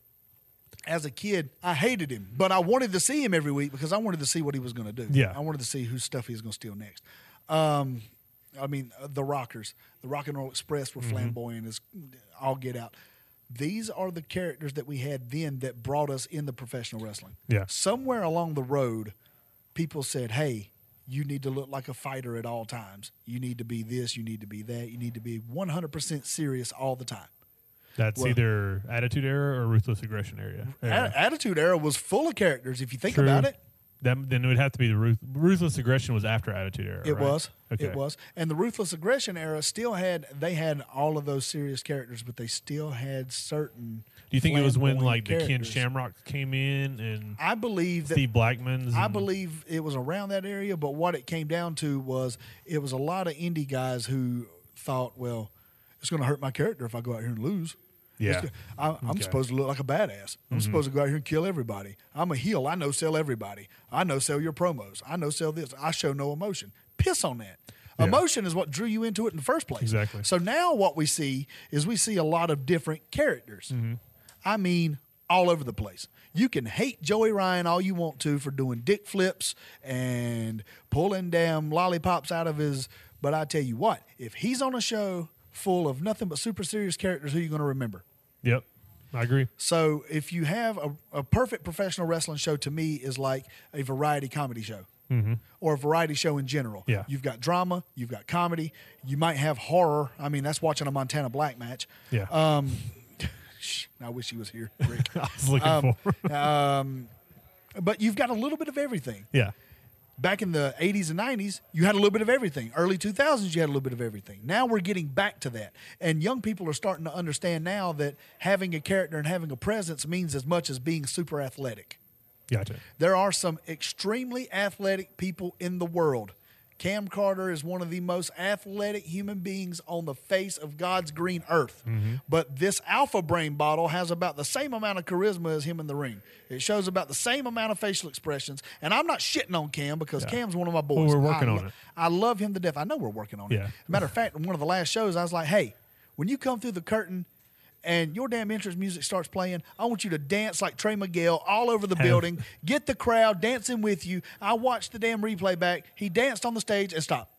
C: as a kid, I hated him, but I wanted to see him every week because I wanted to see what he was going to do.
A: Yeah.
C: I wanted to see whose stuff he was going to steal next. Um, I mean, uh, the Rockers, the Rock and Roll Express
A: Mm-hmm.
C: were flamboyant as all get out. These are the characters that we had then that brought us into professional wrestling.
A: Yeah.
C: Somewhere along the road, people said, hey, you need to look like a fighter at all times. You need to be this, you need to be that, you need to be 100% serious all the time.
A: That's
C: Well-
A: either attitude era or ruthless aggression area.
C: A-
A: era.
C: Attitude Era was full of characters if you think
A: True.
C: about it.
A: That, then it would have to be the ruth, ruthless aggression was after attitude era.
C: It
A: right?
C: was.
A: Okay.
C: It was. And the ruthless aggression era still had they had all of those serious characters, but they still had certain.
A: Do you think it was when like
C: flamboyant
A: the Ken
C: characters.
A: Shamrocks came in and
C: I believe that
A: Steve Blackman's?
C: I
A: and-
C: believe it was around that area, but what it came down to was it was a lot of indie guys who thought, well, it's going to hurt my character if I go out here and lose.
A: Yeah. Mm-hmm.
C: It's- I, I'm supposed to look like a badass. I'm supposed to go out here and kill everybody. I'm a heel. I know sell everybody. I know sell your promos. I know sell this. I show no emotion. Piss on that.
A: Yeah.
C: Emotion is what drew you into it in the first place.
A: Exactly.
C: So now what we see is we see a lot of different characters. I mean, all over the place. You can hate Joey Ryan all you want to for doing dick flips and pulling damn lollipops out of his. But I tell you what, if he's on a show full of nothing but super serious characters, who you going to remember?
A: Yep, I agree.
C: So if you have a, a perfect professional wrestling show, to me is like a variety comedy show. Or a variety show in general.
A: Mm-hmm. Yeah.
C: You've got drama, you've got comedy, you might have horror. I mean, that's watching a Montana Black match.
A: Yeah, *laughs*
C: Um, sh- I wish he was here, Rick. *laughs*
A: I was looking
C: um,
A: for. *laughs*
C: but you've got a little bit of everything.
A: yeah,
C: Back in the 80s and 90s, you had a little bit of everything. Early 2000s, you had a little bit of everything. Now we're getting back to that. And young people are starting to understand now that having a character and having a presence means as much as being super athletic.
A: gotcha.
C: There are some extremely athletic people in the world. Cam Carter is one of the most athletic human beings on the face of God's green earth.
A: Mm-hmm.
C: But this alpha brain bottle has about the same amount of charisma as him in the ring. It shows about the same amount of facial expressions. And I'm not shitting on Cam because Cam's one of my boys.
A: we're working
C: I
A: on
C: lo-
A: it.
C: I love him to death. I know we're working on it.
A: Yeah.
C: Matter of fact, in one of the last shows, I was like, hey, when you come through the curtain and your damn entrance music starts playing, I want you to dance like Trey Miguel all over the *laughs* building, get the crowd dancing with you. I watched the damn replay back. He danced on the stage and stopped.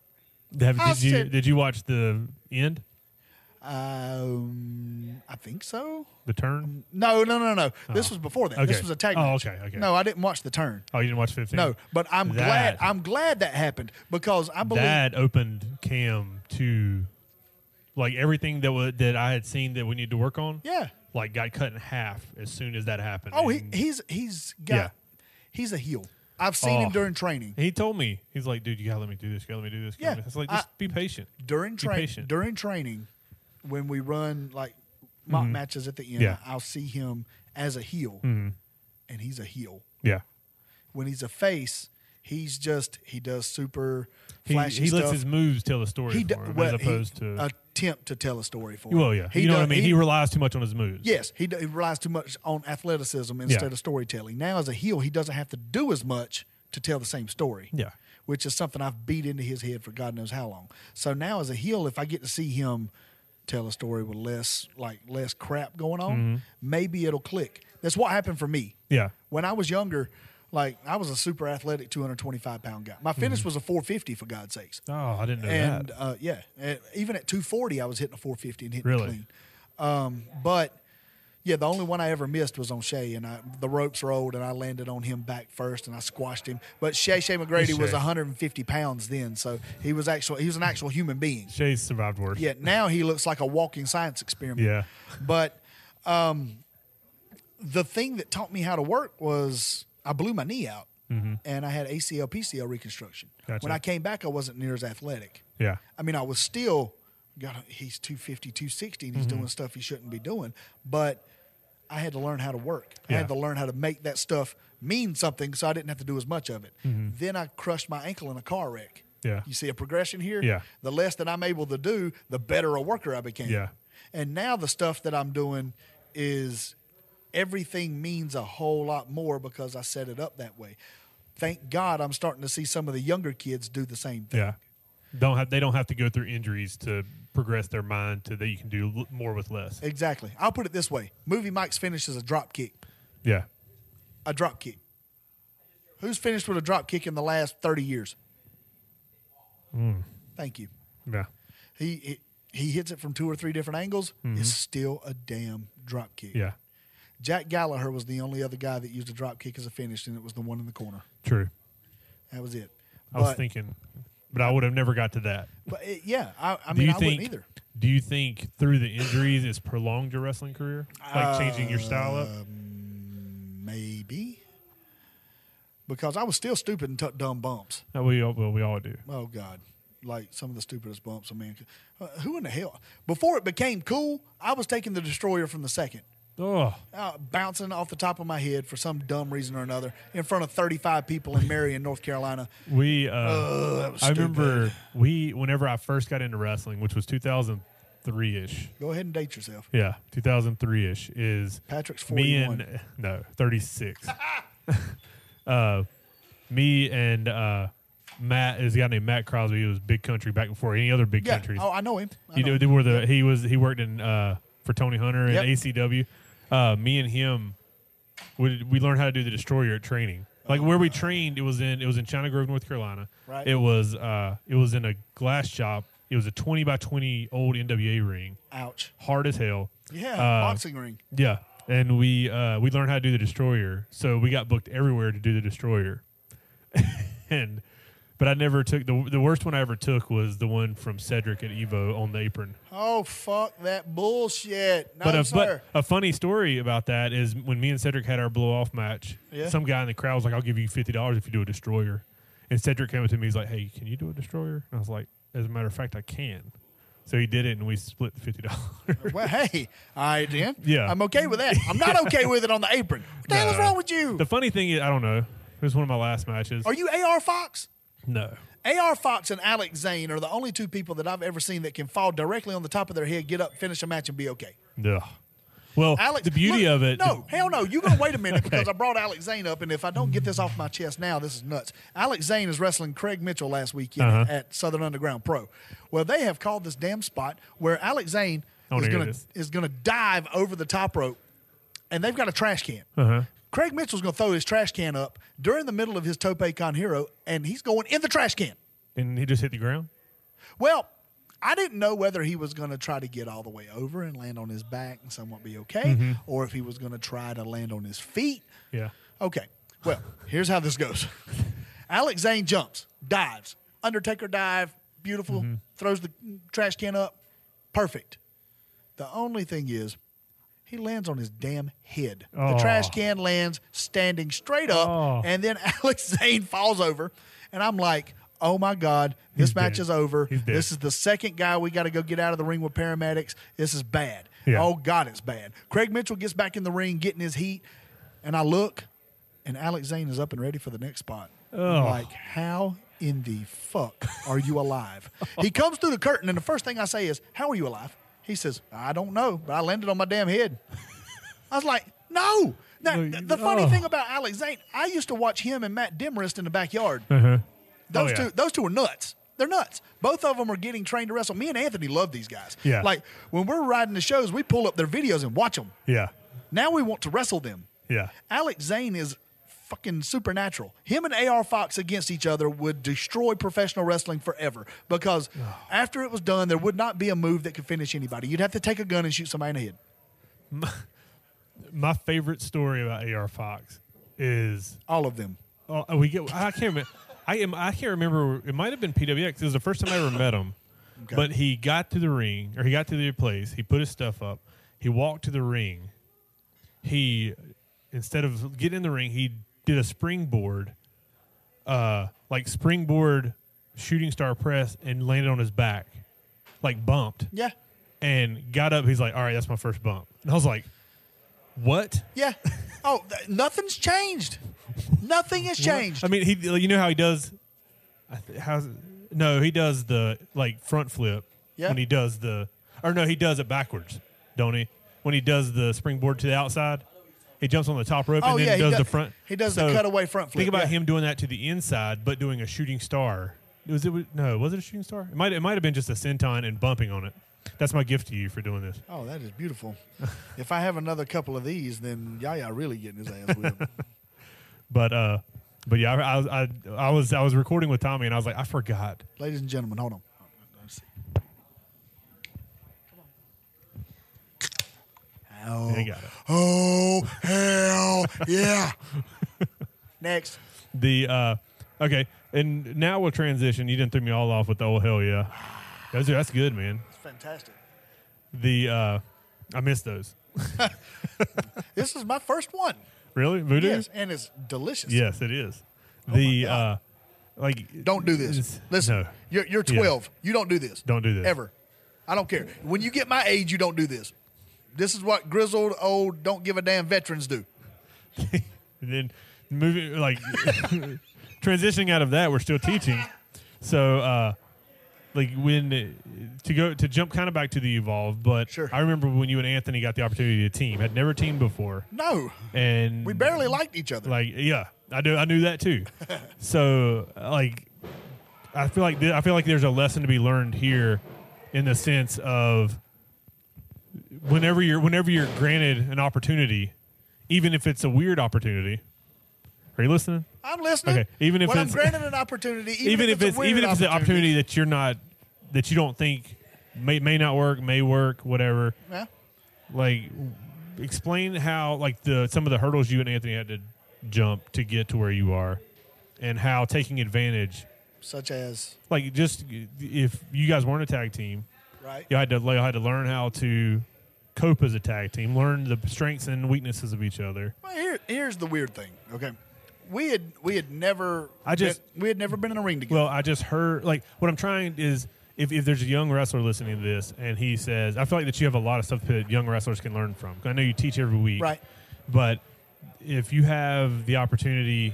A: Have,
C: I
A: did you
C: said-
A: did you watch the end,
C: Um, I think so.
A: the turn?
C: No, no, no, no. This was before that. This
A: Okay.
C: was a tag
A: Oh,
C: match.
A: okay, okay.
C: No, I didn't watch the turn.
A: Oh, you didn't watch fifteen?
C: No, but I'm glad.
A: That-
C: I'm glad that happened because I believe
A: that opened Cam to like everything that was that I had seen that we need to work on.
C: Yeah.
A: like got cut in half as soon as that happened.
C: Oh, he,
A: And-
C: he's he's got
A: Yeah.
C: he's a heel. I've seen
A: Oh.
C: him during training.
A: He told me he's like, dude, you gotta let me do this. You gotta let me do this. You gotta
C: Yeah,
A: let me-" it's like
C: I-
A: just be patient.
C: During
A: Be
C: training,
A: patient.
C: during training, when we run like mock
A: Mm-hmm.
C: matches at the end,
A: Yeah. Mm-hmm.
C: I'll see him as a heel, and he's a heel.
A: Yeah,
C: When he's a face, he's just he does super
A: He,
C: flashy
A: he
C: stuff.
A: lets his moves tell the story
C: he
A: for
C: do-
A: him,
C: well,
A: as
C: he uh,
A: opposed to
C: attempt to tell a story for.
A: well,
C: him.
A: yeah, you know what I
C: do-
A: mean. He, relies too much on his moves.
C: Yes, he, d- he relies too much on athleticism instead of storytelling. Now, as a heel, he doesn't have to do as much to tell the same story.
A: Yeah.
C: Which is something I've beat into his head for God knows how long. So now, as a heel, if I get to see him tell a story with less like less crap going on, maybe it'll click. That's what happened for me.
A: Mm-hmm. yeah,
C: When I was younger, like I was a super athletic 225 pound guy. My finish
A: Mm-hmm.
C: was a 450 for God's sakes.
A: Oh, I didn't know
C: and
A: that.
C: uh, yeah, uh, even at 240, I was hitting a 450 and hitting it
A: Really?
C: clean. Um, but yeah, the only one I ever missed was on Shea, and I, the ropes rolled, and I landed on him back first, and I squashed him. But Shea Shea McGrady was
A: Shea.
C: 150 pounds then, so he was actual. He was an actual human being.
A: Shay's survived worse.
C: Yeah, now he looks like a walking science experiment.
A: Yeah.
C: But um, the thing that taught me how to work was I blew my knee out and I had ACL, PCL reconstruction.
A: Mm-hmm. Gotcha.
C: When I came back, I wasn't near as athletic.
A: yeah,
C: I mean, I was still, God, he's 250, 260, and he's
A: Mm-hmm.
C: doing stuff he shouldn't be doing. But I had to learn how to work. I
A: Yeah.
C: had to learn how to make that stuff mean something so I didn't have to do as much of it. Then I crushed my ankle in a car wreck.
A: Mm-hmm. Yeah.
C: You see a progression here?
A: Yeah.
C: The less that I'm able to do, the better a worker I became.
A: Yeah.
C: And now the stuff that I'm doing is everything means a whole lot more because I set it up that way. Thank God I'm starting to see some of the younger kids do the same thing.
A: yeah. Don't have they don't have to go through injuries to progress their mind to that you can do l- more with less.
C: Exactly. I'll put it this way: Movie Mike's finish is a drop kick.
A: Yeah,
C: A drop kick. Who's finished with a drop kick in the last thirty years?
A: Hmm.
C: Thank you.
A: yeah,
C: He, he he hits it from two or three different angles. It's still a damn drop kick.
A: Mm-hmm. yeah.
C: Jack Gallagher was the only other guy that used a drop kick as a finish, and it was the one in the corner.
A: True.
C: That was it.
A: I was
C: But-
A: thinking, but I would have never got to that.
C: but it- yeah, I, I
A: Do
C: mean,
A: you
C: I
A: think?
C: wouldn't either.
A: Do you think through the injuries it's prolonged your wrestling career, like changing your style up?
C: Maybe because I was still stupid and took dumb bumps.
A: No, we all, well, we all do.
C: oh god like some of the stupidest bumps a man could uh, who in the hell before it became cool i was taking the destroyer from the second
A: Oh,
C: uh, bouncing off the top of my head for some dumb reason or another in front of 35 people in marion north carolina
A: we. Uh,
C: that was
A: I
C: stupid.
A: remember we whenever I first got into wrestling, which was 2003 ish.
C: go ahead and date yourself
A: Yeah, 2003 ish is
C: Patrick's
A: me
C: 41.
A: and no
C: *laughs*
A: 36. uh, me and uh, Matt is a guy named Matt Crosby. He was big country back before any other big
C: yeah
A: countries.
C: oh i know him I
A: You
C: know
A: know,
C: him.
A: they were the he was he worked in uh, for Tony Hunter and
C: Yep.
A: ACW. Uh, me and him, we we learned how to do the destroyer at training. Like where we trained, it was in it was in China Grove, North Carolina.
C: Oh. Right.
A: It was uh it was in a glass shop. It was a twenty by twenty old NWA ring,
C: ouch
A: hard as hell.
C: yeah
A: Uh,
C: boxing ring
A: yeah, and we uh, we learned how to do the destroyer, so we got booked everywhere to do the destroyer. *laughs* and but I never took the the worst one I ever took was the one from Cedric at Evo on the apron.
C: oh fuck that bullshit no
A: but a,
C: sir
A: but a funny story about that is when me and Cedric had our blow off match,
C: Yeah.
A: some guy in the crowd was like, "I'll give you fifty dollars if you do a destroyer," and Cedric came up to me, he's like, "Hey, can you do a destroyer?" And I was like, "As a matter of fact, I can." So he did it, and we split the fifty dollars. *laughs*
C: well, hey, I then.
A: Yeah.
C: I'm okay with that.
A: *laughs*
C: I'm not okay with it on the apron. What the hell is
A: No.
C: wrong with you?
A: the funny thing is, I don't know. It was one of my last matches.
C: Are you AR Fox?
A: no.
C: AR Fox and Alex Zane are the only two people that I've ever seen that can fall directly on the top of their head, get up, finish a match, and be okay.
A: No. Well,
C: Alex,
A: the beauty
C: look,
A: of it.
C: No, hell no. You're gonna wait
A: *laughs*
C: a minute because I brought Alex Zane up, and if I don't get this off my chest now, this is nuts. Alex Zane is wrestling Craig Mitchell last weekend
A: Uh-huh.
C: at Southern Underground Pro. Well, they have called this damn spot where Alex Zane
A: I wanna
C: is
A: hear
C: gonna
A: this.
C: is gonna dive over the top rope, and they've got a trash can.
A: Uh-huh.
C: Craig Mitchell's gonna throw his trash can up during the middle of his Tope Con Hero, and he's going in the trash can.
A: And he just hit the ground.
C: Well, I didn't know whether he was going to try to get all the way over and land on his back and somewhat be okay, or if he was going to try to land on his feet.
A: Yeah.
C: Okay. Well, here's how this goes *laughs* Alex Zane jumps, dives, Undertaker dive, beautiful,
A: Mm-hmm.
C: throws the trash can up, perfect. The only thing is, he lands on his damn head. The trash
A: Oh.
C: can lands standing straight up,
A: Oh.
C: and then *laughs* Alex Zane falls over, and I'm like, oh my God, this
A: He's
C: match
A: dead.
C: is over.
A: He's dead.
C: This is the second guy we got to go get out of the ring with paramedics. This is bad.
A: Yeah.
C: Oh God, it's bad. Craig Mitchell gets back in the ring, getting his heat, and I look, and Alex Zane is up and ready for the next spot.
A: Ugh.
C: Like, how in the fuck are
A: *laughs*
C: you alive? he comes through the curtain, and the first thing I say is, How are you alive? He says, I don't know, but I landed on my damn head. I was like, No. Now,
A: No, you-
C: th- the funny
A: oh.
C: thing about Alex Zane, I used to watch him and Matt Demarest in the backyard. Those
A: Oh, yeah.
C: two, those two are nuts. They're nuts. Both of them are getting trained to wrestle. Me and Anthony love these guys.
A: Yeah.
C: Like when we're riding the shows, we pull up their videos and watch them.
A: Yeah.
C: Now we want to wrestle them.
A: Yeah.
C: Alex Zane is fucking supernatural. Him and AR Fox against each other would destroy professional wrestling forever because after it was done, there would not be a move that could finish anybody. You'd have to take a gun and shoot somebody in the head.
A: My favorite story about AR Fox is
C: All of them.
A: Oh, we get. I can't remember. I am. I can't remember. It might have been PWX. It was the first time I ever met him.
C: Okay.
A: But he got to the ring, or he got to the place. He put his stuff up. He walked to the ring. He, instead of getting in the ring, he did a springboard, uh, like springboard shooting star press, and landed on his back, like bumped,
C: Yeah.
A: and got up. He's like, "All right, that's my first bump." And I was like, "What?" *laughs*
C: Yeah. Oh, th- nothing's changed. Nothing has changed.
A: I mean, he you know how he does. I th- How's no? He does the like front flip
C: Yeah.
A: when he does the or no, he does it backwards, don't he? When he does the springboard to the outside, he jumps on the top rope
C: Oh,
A: and then
C: yeah,
A: he
C: he
A: does
C: do-
A: the front.
C: he does the cutaway front flip,
A: Think about
C: yeah.
A: him doing that to the inside, but doing a shooting star. Was it no? Was it a shooting star? It might it might have been just a senton and bumping on it. That's my gift to you for doing this.
C: Oh, that is beautiful. *laughs* if I have another couple of these, then Yaya really getting his ass whipped.
A: But uh, but yeah, I, I, I, I was I was recording with Tommy and I was like, I forgot.
C: Ladies and gentlemen, hold on. Oh,
A: They got it.
C: oh hell yeah! Next,
A: The uh okay, and now we'll transition. You didn't throw me all off with the oh hell yeah. Those are, that's good, man.
C: it's fantastic.
A: The uh I missed those.
C: This is my first one.
A: Really? Voodoo?
C: Yes, and it's delicious.
A: Yes, it is. The uh
C: God.
A: like
C: Don't do this.
A: it's-
C: Listen,
A: no.
C: you're, you're
A: Yeah.
C: 12. You don't do this.
A: Don't do this.
C: Ever. I don't care. When you get my age, you don't do this. This is what grizzled, old, don't give a damn veterans do.
A: and then moving like *laughs* transitioning out of that we're still teaching so uh like when uh, to go to jump kind of back to the evolve but
C: Sure.
A: i remember when you and anthony got the opportunity to team had never teamed before
C: No.
A: and
C: We barely liked each other.
A: Like, yeah, I do. I knew that *laughs* too. so, like, I feel like th- I feel like there's a lesson to be learned here, in the sense of whenever you're whenever you're granted an opportunity, even if it's a weird opportunity. Are you listening?
C: I'm listening.
A: Okay, even if
C: when I'm
A: it's-
C: granted an opportunity, even,
A: Even, if it's,
C: a weird
A: even if it's an opportunity that you're not that you don't think may may not work, may work, whatever.
C: Yeah.
A: like w- explain how like the some of the hurdles you and Anthony had to jump to get to where you are and how taking advantage
C: such as
A: like just y- if you guys weren't a tag team
C: right.
A: you had to you had to learn how to cope as a tag team learn the strengths and weaknesses of each other
C: Well, here, here's the weird thing. Okay, we had we had never.
A: I just-
C: been- we had never been in a ring together.
A: well i just heard like what i'm trying is if, if there's a young wrestler listening to this and he says i feel like that you have a lot of stuff that young wrestlers can learn from 'Cause i know you teach every week
C: right.
A: but if you have the opportunity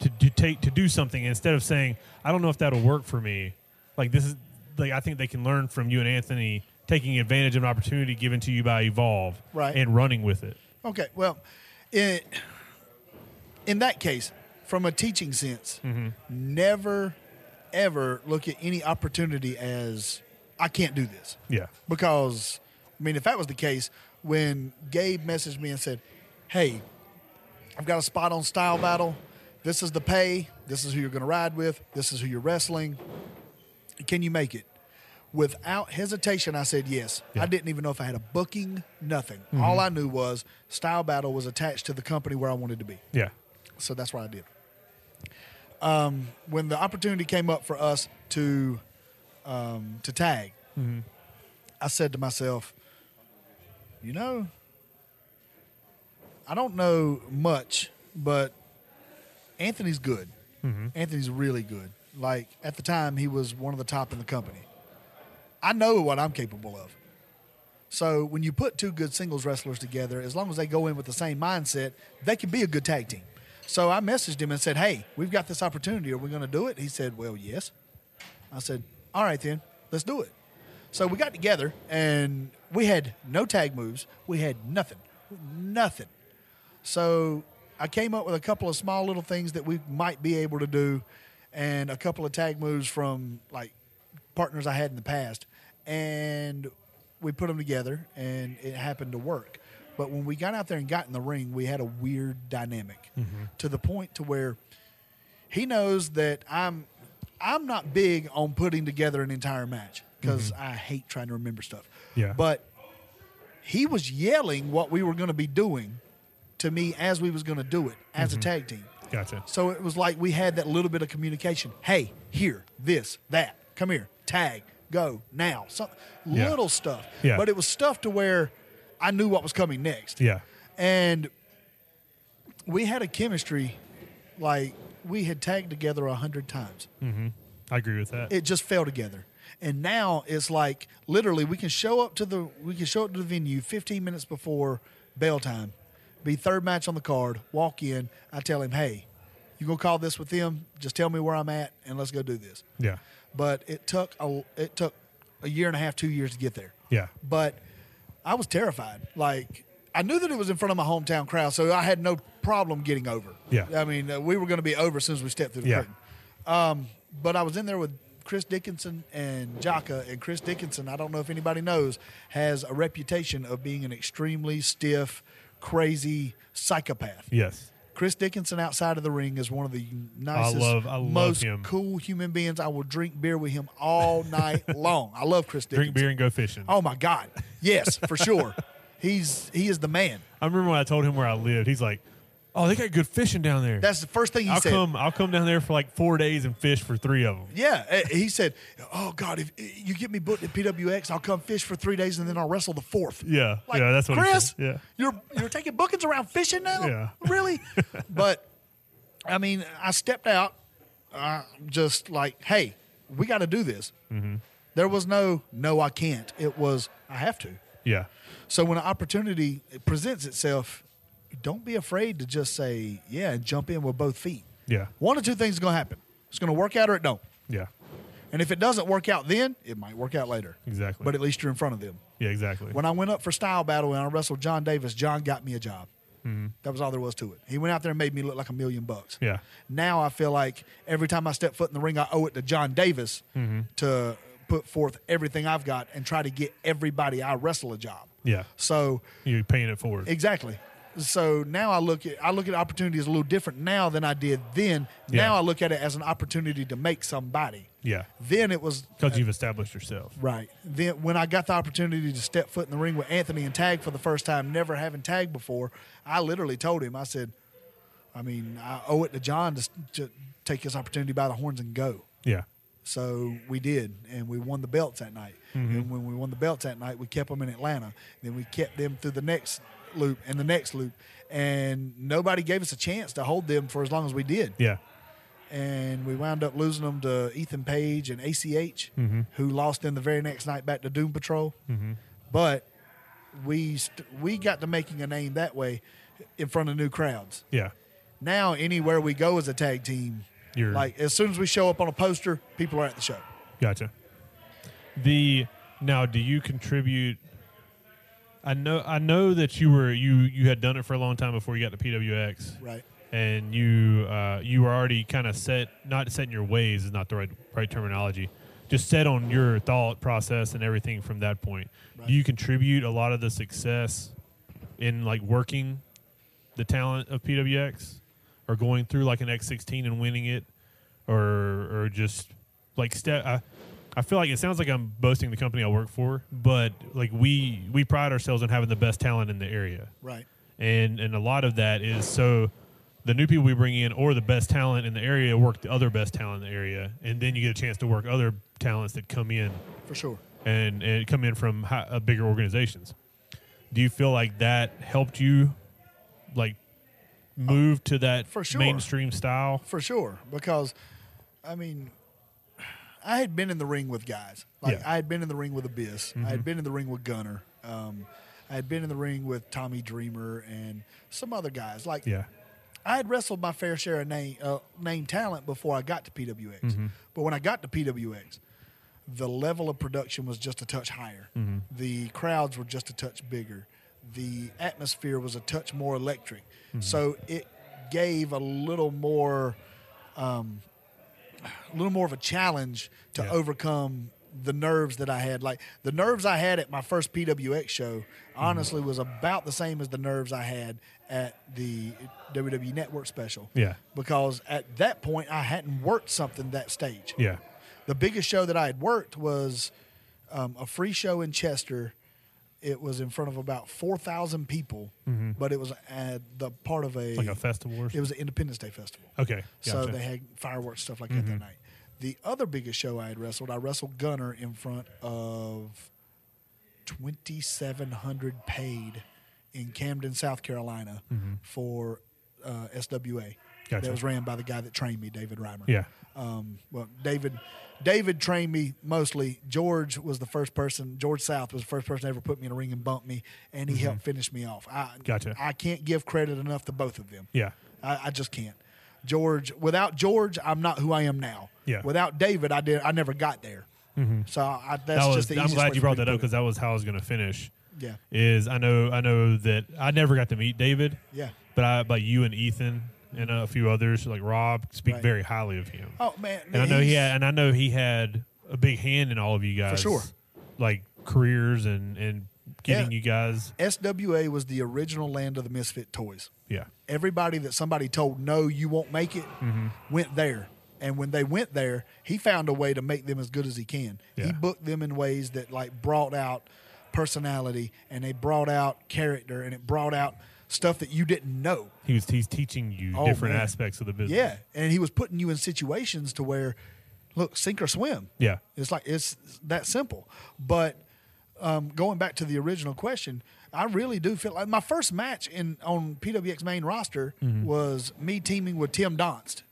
A: to do, take to do something instead of saying i don't know if that'll work for me like this is like i think they can learn from you and anthony taking advantage of an opportunity given to you by evolve
C: Right.
A: and running with it
C: Okay. Well, in, in that case, from a teaching sense, never ever look at any opportunity as I can't do this.
A: yeah
C: because I mean, if that was the case, when Gabe messaged me and said, "Hey, I've got a spot on Style Battle. This is the pay. This is who you're going to ride with. This is who you're wrestling. Can you make it?" Without hesitation, I said yes. I didn't even know if I had a booking, nothing. All I knew was Style Battle was attached to the company where I wanted to be.
A: yeah
C: So that's what I did. Um, when the opportunity came up for us to um, to tag, I said to myself, you know, I don't know much, but Anthony's good. Anthony's really good. Like at the time, he was one of the top in the company. I know what I'm capable of. So when you put two good singles wrestlers together, as long as they go in with the same mindset, they can be a good tag team. So I messaged him and said, "Hey, we've got this opportunity. Are we going to do it?" He said, "Well, yes." I said, "All right then, let's do it." So we got together and we had no tag moves. We had nothing, nothing. So I came up with a couple of small little things that we might be able to do, and a couple of tag moves from like partners I had in the past, and we put them together, and it happened to work. But when we got out there and got in the ring, we had a weird dynamic to the point to where he knows that I'm I'm not big on putting together an entire match because I hate trying to remember stuff.
A: Yeah.
C: But he was yelling what we were going to be doing to me as we was going to do it as
A: Mm-hmm.
C: a tag team.
A: Gotcha.
C: So it was like we had that little bit of communication. Hey, here, this, that. Come here. Tag. Go now. Some
A: Yeah.
C: little stuff.
A: Yeah.
C: But it was stuff to where I knew what was coming next
A: Yeah.
C: and we had a chemistry like we had tagged together a hundred times.
A: I agree with that.
C: It just fell together, and now it's like literally we can show up to the we can show up to the venue 15 minutes before bell time, be third match on the card, walk in. I tell him, hey, you gonna call this with them? Just tell me where I'm at, and let's go do this.
A: yeah.
C: But it took a it took a year and a half, two years to get there
A: Yeah.
C: but I was terrified. Like I knew that it was in front of my hometown crowd, so I had no problem getting over.
A: Yeah.
C: I mean, uh, we were going to be over as soon as we stepped through the
A: Yeah.
C: curtain. Um, but I was in there with Chris Dickinson and Jaka, and Chris Dickinson. I don't know if anybody knows has a reputation of being an extremely stiff, crazy psychopath.
A: Yes.
C: Chris Dickinson outside of the ring is one of the nicest,
A: love- I love
C: most
A: him.
C: cool human beings. I will drink beer with him
A: *laughs*
C: all night long. I love Chris Dickinson.
A: Drink beer and go fishing.
C: Oh my God! Yes, for sure. He's he is the man.
A: I remember when I told him where I lived. He's like, "Oh, they got good fishing down there."
C: That's the first thing he
A: I'll
C: said.
A: come. I'll come down there for like four days and fish for three of them.
C: Yeah, eh, he said, "Oh God, if you get me booked at PWX, I'll come fish for three days and then I'll wrestle the fourth.
A: Yeah,
C: like,
A: yeah, that's what he
C: Chris.
A: said. Yeah.
C: you're you're taking bookings around fishing now.
A: Yeah. *laughs*
C: really. but I mean, I stepped out, uh, just like, hey, we got to do this.
A: Mm-hmm.
C: There was no no, I can't. It was I have to.
A: Yeah,
C: So when an opportunity presents itself, don't be afraid to just say, yeah, and jump in with both feet.
A: yeah,
C: One of two things is going to happen. It's going to work out or it don't.
A: yeah,
C: And if it doesn't work out then, it might work out later.
A: Exactly.
C: But at least you're in front of them.
A: yeah. Exactly.
C: When I went up for style battle and I wrestled John Davis, John got me a job. That was all there was to it. He went out there and made me look like a million bucks.
A: Mm-hmm. Yeah.
C: Now I feel like every time I step foot in the ring, I owe it to John Davis
A: Mm-hmm.
C: to put forth everything I've got and try to get everybody I wrestle a job.
A: yeah,
C: So
A: you're paying it forward.
C: Exactly. So now I look at I look at opportunities a little different now than I did then.
A: Yeah.
C: Now I look at it as an opportunity to make somebody.
A: yeah,
C: Then it was
A: because you've established yourself.
C: right. Then when I got the opportunity to step foot in the ring with Anthony and tag for the first time, never having tagged before, I literally told him I said, I mean, I owe it to John to, to take this opportunity by the horns and go.
A: Yeah,
C: So we did, and we won the belts that night. And when we won the belts that night, we kept them in Atlanta. Then we kept them through the next loop and the next loop, and nobody gave us a chance to hold them for as long as we did.
A: yeah,
C: And we wound up losing them to Ethan Page and ACH, who lost them the very next night back to Doom Patrol. But we st- we got to making a name that way in front of new crowds
A: yeah,
C: now anywhere we go as a tag team,
A: You're-
C: like as soon as we show up on a poster, people are at the show.
A: gotcha. The now, do you contribute? I know, I know that you were you you had done it for a long time before you got to PWX,
C: Right.
A: and you uh, you were already kind of set not set in your ways is not the right right terminology just set on your thought process and everything from that point
C: Right.
A: do you contribute a lot of the success in like working the talent of pwx or going through like an x16 and winning it or or just like step I, I feel like it sounds like i'm boasting the company i work for but like we we pride ourselves on having the best talent in the area
C: Right.
A: and and a lot of that is so the new people we bring in or the best talent in the area work the other best talent in the area and then you get a chance to work other talents that come in
C: For sure.
A: and, and come in from hi- uh, bigger organizations do you feel like that helped you like move to that
C: for sure.
A: mainstream style
C: For sure. Because, I mean, I had been in the ring with guys. Like,
A: Yeah. Mm-hmm.
C: I had been in the ring with Abyss. I had been in the ring with Gunner. Um, I had been in the ring with Tommy Dreamer and some other guys. Like,
A: yeah
C: I had wrestled my fair share of name uh, name talent before I got to PWX,
A: Mm-hmm.
C: but when I got to PWX, the level of production was just a touch higher.
A: Mm-hmm.
C: The crowds were just a touch bigger. The atmosphere was a touch more electric.
A: Mm-hmm.
C: So it gave a little more um, a little more of a challenge to
A: Yeah.
C: overcome the nerves that I had. Like the nerves I had at my first PWX show,
A: Mm-hmm.
C: honestly, was about the same as the nerves I had at the WWE Network special.
A: Yeah.
C: Because at that point, I hadn't worked something that stage.
A: Yeah.
C: The biggest show that I had worked was um, a free show in Chester. It was in front of about 4,000 people, but it was at the part of a.
A: Mm-hmm. Like a festival or
C: It was an Independence Day festival.
A: Okay.
C: So
A: gotcha. Mm-hmm.
C: they had fireworks stuff like that that night. The other biggest show I had wrestled, I wrestled Gunner in front of 2,700 paid in Camden, South Carolina, for uh, SWA.
A: Mm-hmm. Gotcha.
C: That was ran by the guy that trained me, David Reimer.
A: Yeah.
C: Um, well, David, David trained me mostly. George was the first person. George South was the first person to ever put me in a ring and bump me, and he helped finish me off. I,
A: Mm-hmm. Gotcha.
C: I can't give credit enough to both of them.
A: Yeah.
C: I, I just can't. George, without George, I'm not who I am now.
A: Yeah. Mm-hmm.
C: Without David, I did. I never got there. So I, that's
A: that was,
C: just the
A: I'm
C: easiest
A: glad you
C: way for me
A: brought
C: to
A: that up
C: put
A: because that was how I was going to finish.
C: it. yeah,
A: Is I know I know that I never got to meet David.
C: yeah.
A: But I but you and Ethan and a few others like Rob speak
C: Right.
A: very highly of him.
C: Oh man,
A: and I know he
C: he's-
A: had and I know he had a big hand in all of you guys
C: sure.
A: like careers and and getting
C: Yeah.
A: you guys
C: SWA was the original land of the misfit toys.
A: yeah
C: Everybody that somebody told no, you won't make it,
A: Mm-hmm.
C: went there. And when they went there, he found a way to make them as good as he can.
A: Yeah.
C: He booked them in ways that like brought out personality and they brought out character and it brought out stuff that you didn't know.
A: he was he's teaching you
C: Oh,
A: different
C: man.
A: aspects of the business
C: Yeah, and he was putting you in situations to where, look, sink or swim.
A: yeah
C: It's like it's that simple. But um, going back to the original question, I really do feel like my first match in on PWX main roster
A: Mm-hmm.
C: was me teaming with Tim Donst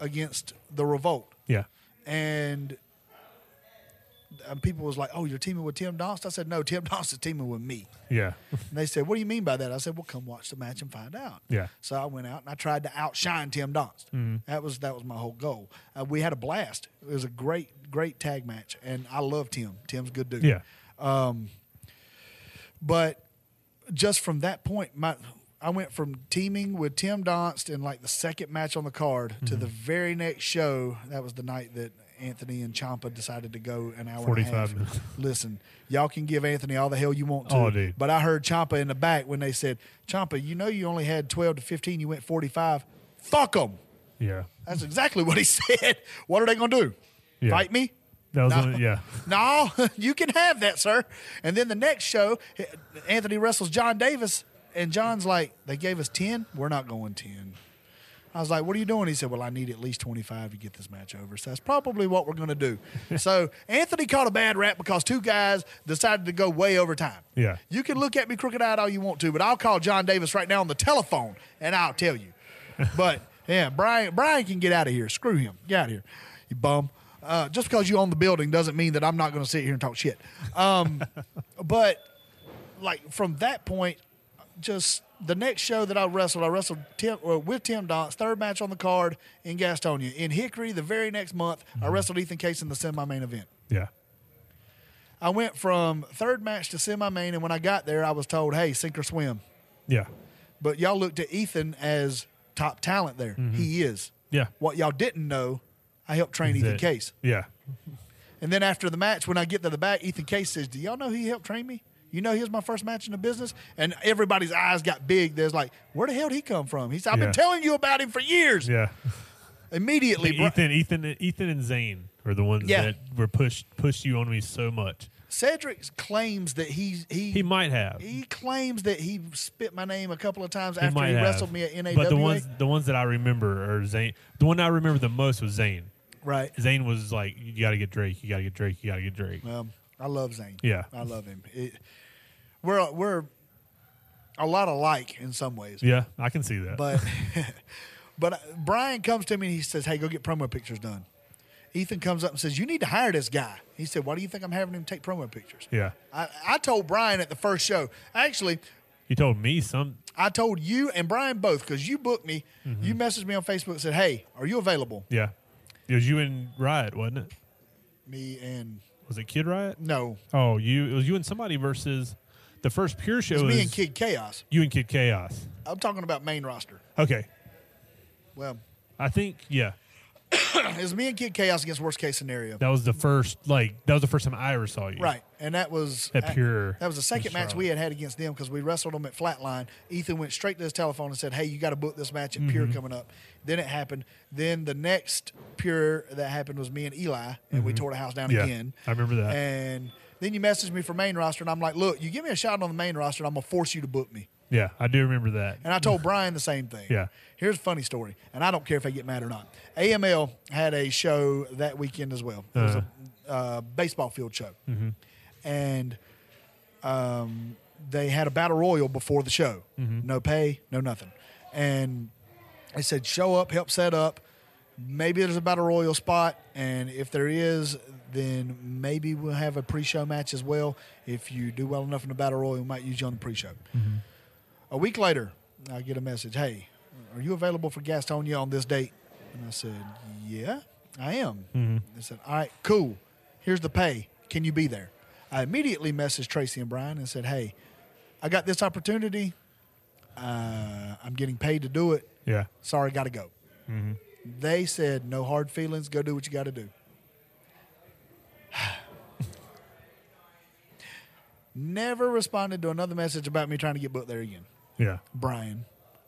C: against the Revolt,
A: yeah
C: and. um, people was like, "Oh, you're teaming with Tim Donst." I said, "No, Tim *laughs* Donst is teaming with me."
A: yeah *laughs*
C: And they said, What do you mean by that? I said, Well, come watch the match and find out.
A: Yeah. Mm-hmm.
C: So I went out and I tried to outshine Tim Donst. That was that was my whole goal. Uh, we had a blast. It was a great, great tag match. And I love Tim. Tim's a good dude.
A: yeah
C: But just from that point, my I went from teaming with Tim Donst in like the second match on the card to
A: Mm-hmm.
C: the very next show. That was the night that Anthony and Champa decided to go an hour
A: 45
C: and a half.
A: minutes. *laughs*
C: Listen, y'all can give Anthony all the hell you want to.
A: Oh, dude.
C: But I heard Champa in the back when they said, "Champa, you know you only had 12 to 15, you went 45. Fuck them."
A: yeah
C: That's exactly what he *laughs* said. What are they going to do?
A: Yeah.
C: Fight me?
A: that was
C: No.
A: one of- yeah
C: No, *laughs* you can have that, sir. And then the next show, Anthony wrestles John Davis, and John's like, they gave us 10. We're not going 10. I was like, what are you doing? He said, well, I need at least 25 to get this match over. So that's probably what we're going to do. so Anthony caught a bad rap because two guys decided to go way over time.
A: Yeah.
C: You can look at me crooked eyed all you want to, but I'll call John Davis right now on the telephone and I'll tell you. But yeah, Brian Brian can get out of here. Screw him. Get out of here, you bum. Uh, just because you own the building doesn't mean that I'm not going to sit here and talk shit. Um, but like from that point, just the next show that I wrestled, I wrestled Tim, well, with Tim Donks, third match on the card in Gastonia. In Hickory, the very next month, I wrestled Ethan Case in the semi main event.
A: yeah
C: I went from third match to semi main, and when I got there, I was told, hey, sink or swim.
A: yeah
C: But y'all looked at Ethan as top talent there. He is.
A: Yeah.
C: What y'all didn't know, I helped train Ethan
A: That-
C: Case.
A: yeah
C: And then after the match, when I get to the back, Ethan Case says, Do y'all know he helped train me? You know he was my first match in the business? And everybody's eyes got big. There's like, where the hell did he come from? He said, I've
A: Yeah.
C: been telling you about him for years.
A: yeah
C: Immediately, Bri-
A: Ethan Ethan Ethan and Zane are the ones
C: Yeah.
A: that were pushed pushed you on me so much
C: Cedric claims that he's he
A: he might have
C: he claims that he spit my name a couple of times after
A: might
C: he
A: have.
C: wrestled me at NAWA.
A: But the ones the ones that I remember are Zane. The one I remember the most was Zane.
C: right.
A: Zane was like, "You got to get Drake. You got to get Drake. You got to get Drake."
C: Um, I love Zane.
A: Yeah.
C: I love him. It, we're we're a lot alike in some ways.
A: Yeah, I can see that.
C: But *laughs* but uh, Brian comes to me and he says, "Hey, go get promo pictures done." Ethan comes up and says, "You need to hire this guy." He said, "Why do you think I'm having him take promo pictures?"
A: yeah,
C: I, I told Brian at the first show. Actually,
A: You told me some.
C: I told you and Brian both because you booked me. You messaged me on Facebook and said, "Hey, are you available?"
A: Yeah, it was you and Riot, wasn't it?
C: Me and
A: Was it Kid Riot?
C: no,
A: Oh, you. It was you and somebody versus the first Pure show.
C: it's
A: was
C: me and Kid Chaos.
A: You and Kid Chaos.
C: I'm talking about main roster.
A: Okay,
C: Well, *clears throat*
A: I think yeah,
C: it's me and Kid Chaos against worst case scenario.
A: that was the first like that was the first time I ever saw you.
C: Right, and that was
A: At Pure
C: That was the second
A: in
C: match we had had against them because we wrestled them at Flatline. Ethan went straight to his telephone and said, "Hey, you got to book this match at Pure
A: Mm-hmm.
C: coming up." Then it happened. Then the next Pure that happened was me and Eli, and we tore the house down
A: Mm-hmm. Yeah,
C: again.
A: I remember that.
C: And then you messaged me for main roster, and I'm like, "Look, you give me a shot on the main roster, and I'm gonna force you to book me."
A: Yeah, I do remember that.
C: And I told Brian the same thing.
A: Yeah.
C: Here's a funny story, and I don't care if I get mad or not. AML had a show that weekend as well. It was a uh, baseball field show, and um, they had a battle royal before the show. No pay, no nothing, and they said show up, help set up. Maybe there's a battle royal spot, and if there is, then maybe we'll have a pre-show match as well. If you do well enough in the battle royal, we might use you on the pre-show. A week later, I get a message. Hey, are you available for Gastonia on this date? And I said, Yeah, I am. They said, All right, cool. Here's the pay. Can you be there? I immediately messaged Tracy and Brian and said, Hey, I got this opportunity. Uh, I'm getting paid to do it.
A: Yeah,
C: Sorry, got to go. They said, No hard feelings. Go do what you got to do. *sighs* Never responded to another message about me trying to get booked there again.
A: yeah,
C: Brian.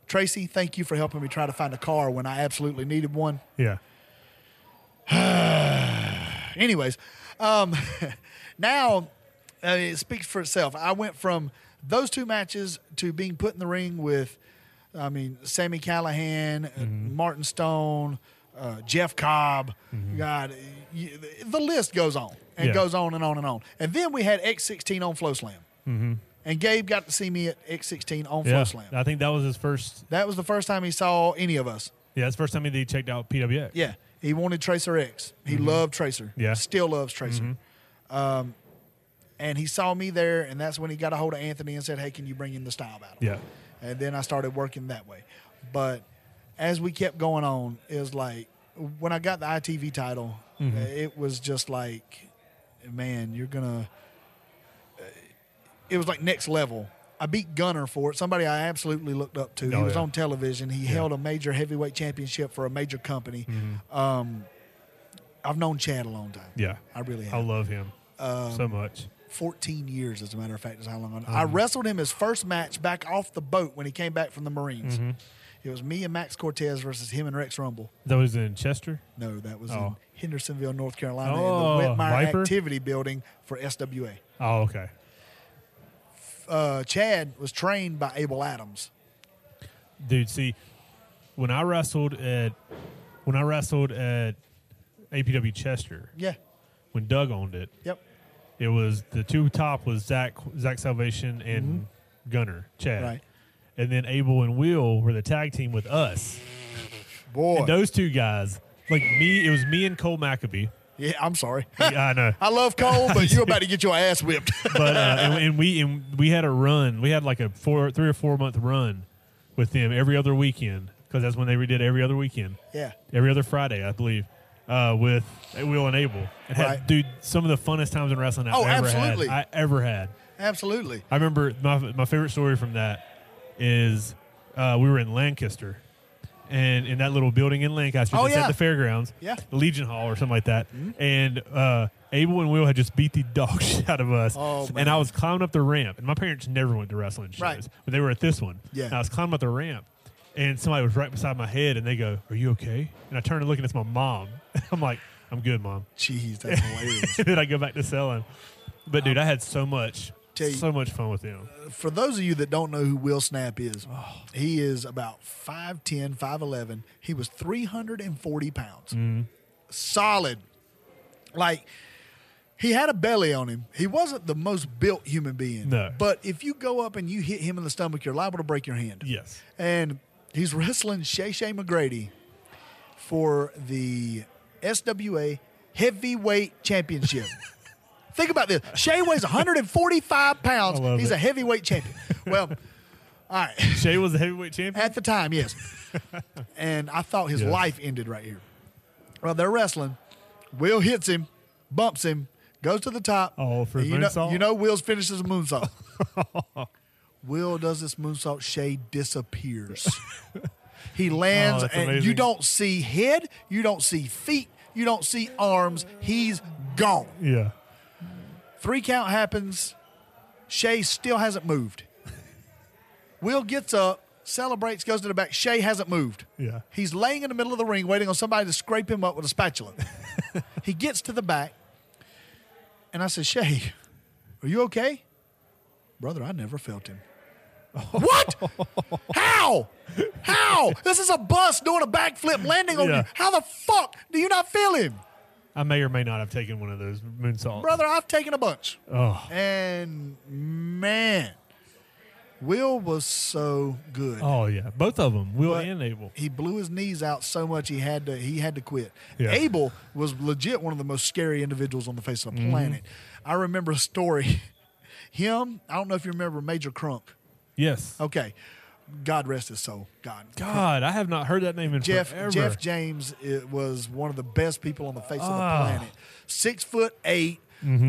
C: Tracy, thank you for helping me try to find a car when I absolutely needed one.
A: yeah.
C: Anyways, um, *laughs* now uh, it speaks for itself. I went from those two matches to being put in the ring with, I mean, Sammy Callahan, uh,
A: Mm-hmm.
C: Martin Stone, uh, Jeff Cobb. God, y the list goes on
A: Mm-hmm.
C: and
A: Yeah.
C: goes on and on and on. And then we had X16 on Flow Slam. And Gabe got to see me at X16 on
A: Mm-hmm. yeah.
C: Flow Slam.
A: I think that was his first.
C: That was the first time he saw any of us.
A: Yeah, that's the first time he checked out PWX.
C: Yeah, he wanted Tracer X. He loved Tracer.
A: Mm-hmm. Yeah. Mm-hmm.
C: still loves Tracer. Um, and he saw me there, and that's when he got a hold of Anthony and said, "Hey, can you bring in the style battle?"
A: Yeah.
C: And then I started working that way. But as we kept going on, it was like when I got the ITV title,
A: Mm-hmm.
C: it was just like, man, you're gonna. uh, It was like next level. I beat Gunner for it. Somebody I absolutely looked up to. he
A: Oh,
C: was
A: yeah.
C: on television. He held a major heavyweight championship for a major company. Um, I've known Chad a long time.
A: Mm-hmm. Yeah.
C: I really
A: I
C: have. Um,
A: love him so much.
C: 14 years, as a matter of fact, is how long I, I
A: Mm-hmm.
C: wrestled him his first match back off the boat when he came back from the Marines.
A: Mm-hmm.
C: It was me and Max Cortez versus him and Rex Rumble.
A: That was in Chester.
C: No, that was in
A: Oh.
C: Hendersonville, North Carolina,
A: Oh,
C: in the Whitmire
A: Viper?
C: Activity Building for SWA.
A: Oh, okay.
C: Uh, Chad was trained by Abel Adams.
A: dude. See, when I wrestled at when I wrestled at APW Chester,
C: Yeah.
A: when Doug owned it,
C: Yep.
A: it was the two top was Zach Zach Salvation and Gunner Chad,
C: Mm-hmm. Right.
A: and then Abel and Will were the tag team with us.
C: Boy.
A: And those two guys, like me, it was me and Cole McAbee.
C: yeah, I'm sorry. *laughs*
A: Yeah, I know,
C: I love Cole, but you're about to get your ass whipped. *laughs*
A: but uh, and, and we and we had a run. We had like a four, three or four month run with them every other weekend because that's when they redid every other weekend.
C: yeah.
A: every other Friday, I believe, uh, with Will and Abel. It had,
C: Right.
A: dude, some of the funnest times in wrestling I've
C: Oh,
A: ever
C: absolutely.
A: had. I ever had.
C: Absolutely.
A: I remember my, my favorite story from that is uh, we were in Lancaster. And in that little building in Lancaster,
C: Oh,
A: that's
C: yeah.
A: at the fairgrounds,
C: Yeah. Mm-hmm.
A: the Legion Hall or something like that. And uh, Abel and Will had just beat the *laughs* dog shit out of us.
C: Oh, man.
A: and I was climbing up the ramp, and my parents never went to wrestling shows,
C: Right.
A: but they were at this one.
C: Yeah.
A: And I was climbing up the ramp, and somebody was right beside my head, and they go, "Are you okay?" And I turn and look, and it's my mom. *laughs* I'm like, "I'm good, mom." *laughs*
C: Jeez, that's hilarious.
A: and then I go back to selling. But dude, I had so much,
C: Tell you-
A: so much fun with them.
C: for those of you that don't know who Will Snap is, he is about 5'10, 5'11. He was 340 pounds. Solid. Like, he had a belly on him. He wasn't the most built human being.
A: No.
C: But if you go up and you hit him in the stomach, you're liable to break your hand.
A: Yes.
C: And he's wrestling Shay Shay McGrady for the SWA
A: *laughs*
C: Heavyweight Championship. Think about this. Shay weighs 145 pounds.
A: I love
C: He's
A: it.
C: a heavyweight champion. Well, All right.
A: Shea was the heavyweight champion.
C: At the
A: *laughs*
C: time, yes. and I thought his
A: Yeah.
C: life ended right here. Well, they're wrestling. Will hits him, bumps him, goes to the top.
A: Oh, for
C: And you know,
A: moonsault?
C: you know Will's finishes a moonsault.
A: *laughs*
C: Will does this moonsault. Shay
A: *laughs*
C: disappears. he lands,
A: Oh, that's
C: and you
A: amazing.
C: don't see head, you don't see feet, you don't see arms. He's gone.
A: Yeah.
C: Three count happens. Shay still hasn't moved. *laughs* Will gets up, celebrates, goes to the back. Shay hasn't moved.
A: Yeah.
C: He's laying in the middle of the ring waiting on somebody to scrape him up with a spatula. *laughs* he gets to the back, and I said, Shay, are you okay? Brother, I never felt him. *laughs* what? How? How? This is a bus doing a backflip landing on
A: Yeah.
C: you. How the fuck do you not feel him?
A: I may or may not have taken one of those moonsaults.
C: Brother, I've taken a bunch.
A: Oh,
C: And man, Will was so good.
A: oh yeah. Both of them, Will
C: But-
A: and Abel.
C: He blew his knees out so much he had to he had to quit.
A: Yeah.
C: Abel was legit one of the most scary individuals on the face
A: Mm-hmm.
C: of the planet. I remember a story. *laughs* Him, I don't know if you remember Major Crump.
A: Yes.
C: Okay. God rest his soul. God.
A: God, I have not heard that name in
C: Jeff
A: forever.
C: Jeff James it was one of the best people on the face of
A: Ah. Mm-hmm.
C: the planet. Six foot 8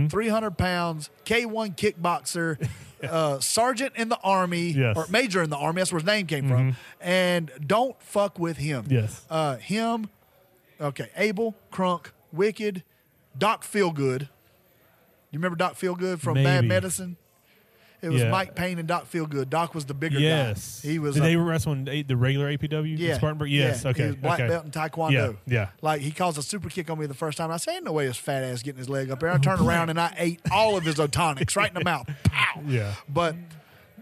C: 300 pounds, K one kickboxer,
A: *laughs*
C: uh, sergeant in the army
A: Yes. Mm-hmm.
C: or major in the army. That's where his name came from. And don't fuck with him.
A: Yes.
C: uh, him. Okay, Abel Crunk, Wicked, Doc Feelgood. You remember Doc Feelgood from Bad
A: Maybe.
C: Medicine? It was
A: Yeah.
C: Mike Payne and Doc Feelgood. Doc was the bigger
A: Yes.
C: guy. He was
A: Did
C: a
A: they wrestle in the the regular APW? in Spartanburg. Yes.
C: yeah.
A: Okay.
C: He was black
A: okay.
C: belt in Taekwondo.
A: Yeah, yeah.
C: Like he caused a super kick on me the first time. I said, Ain't no way his fat ass getting his leg up there. I turned around and I ate all of his otonics right in
A: *laughs*
C: the mouth. Pow.
A: Yeah.
C: But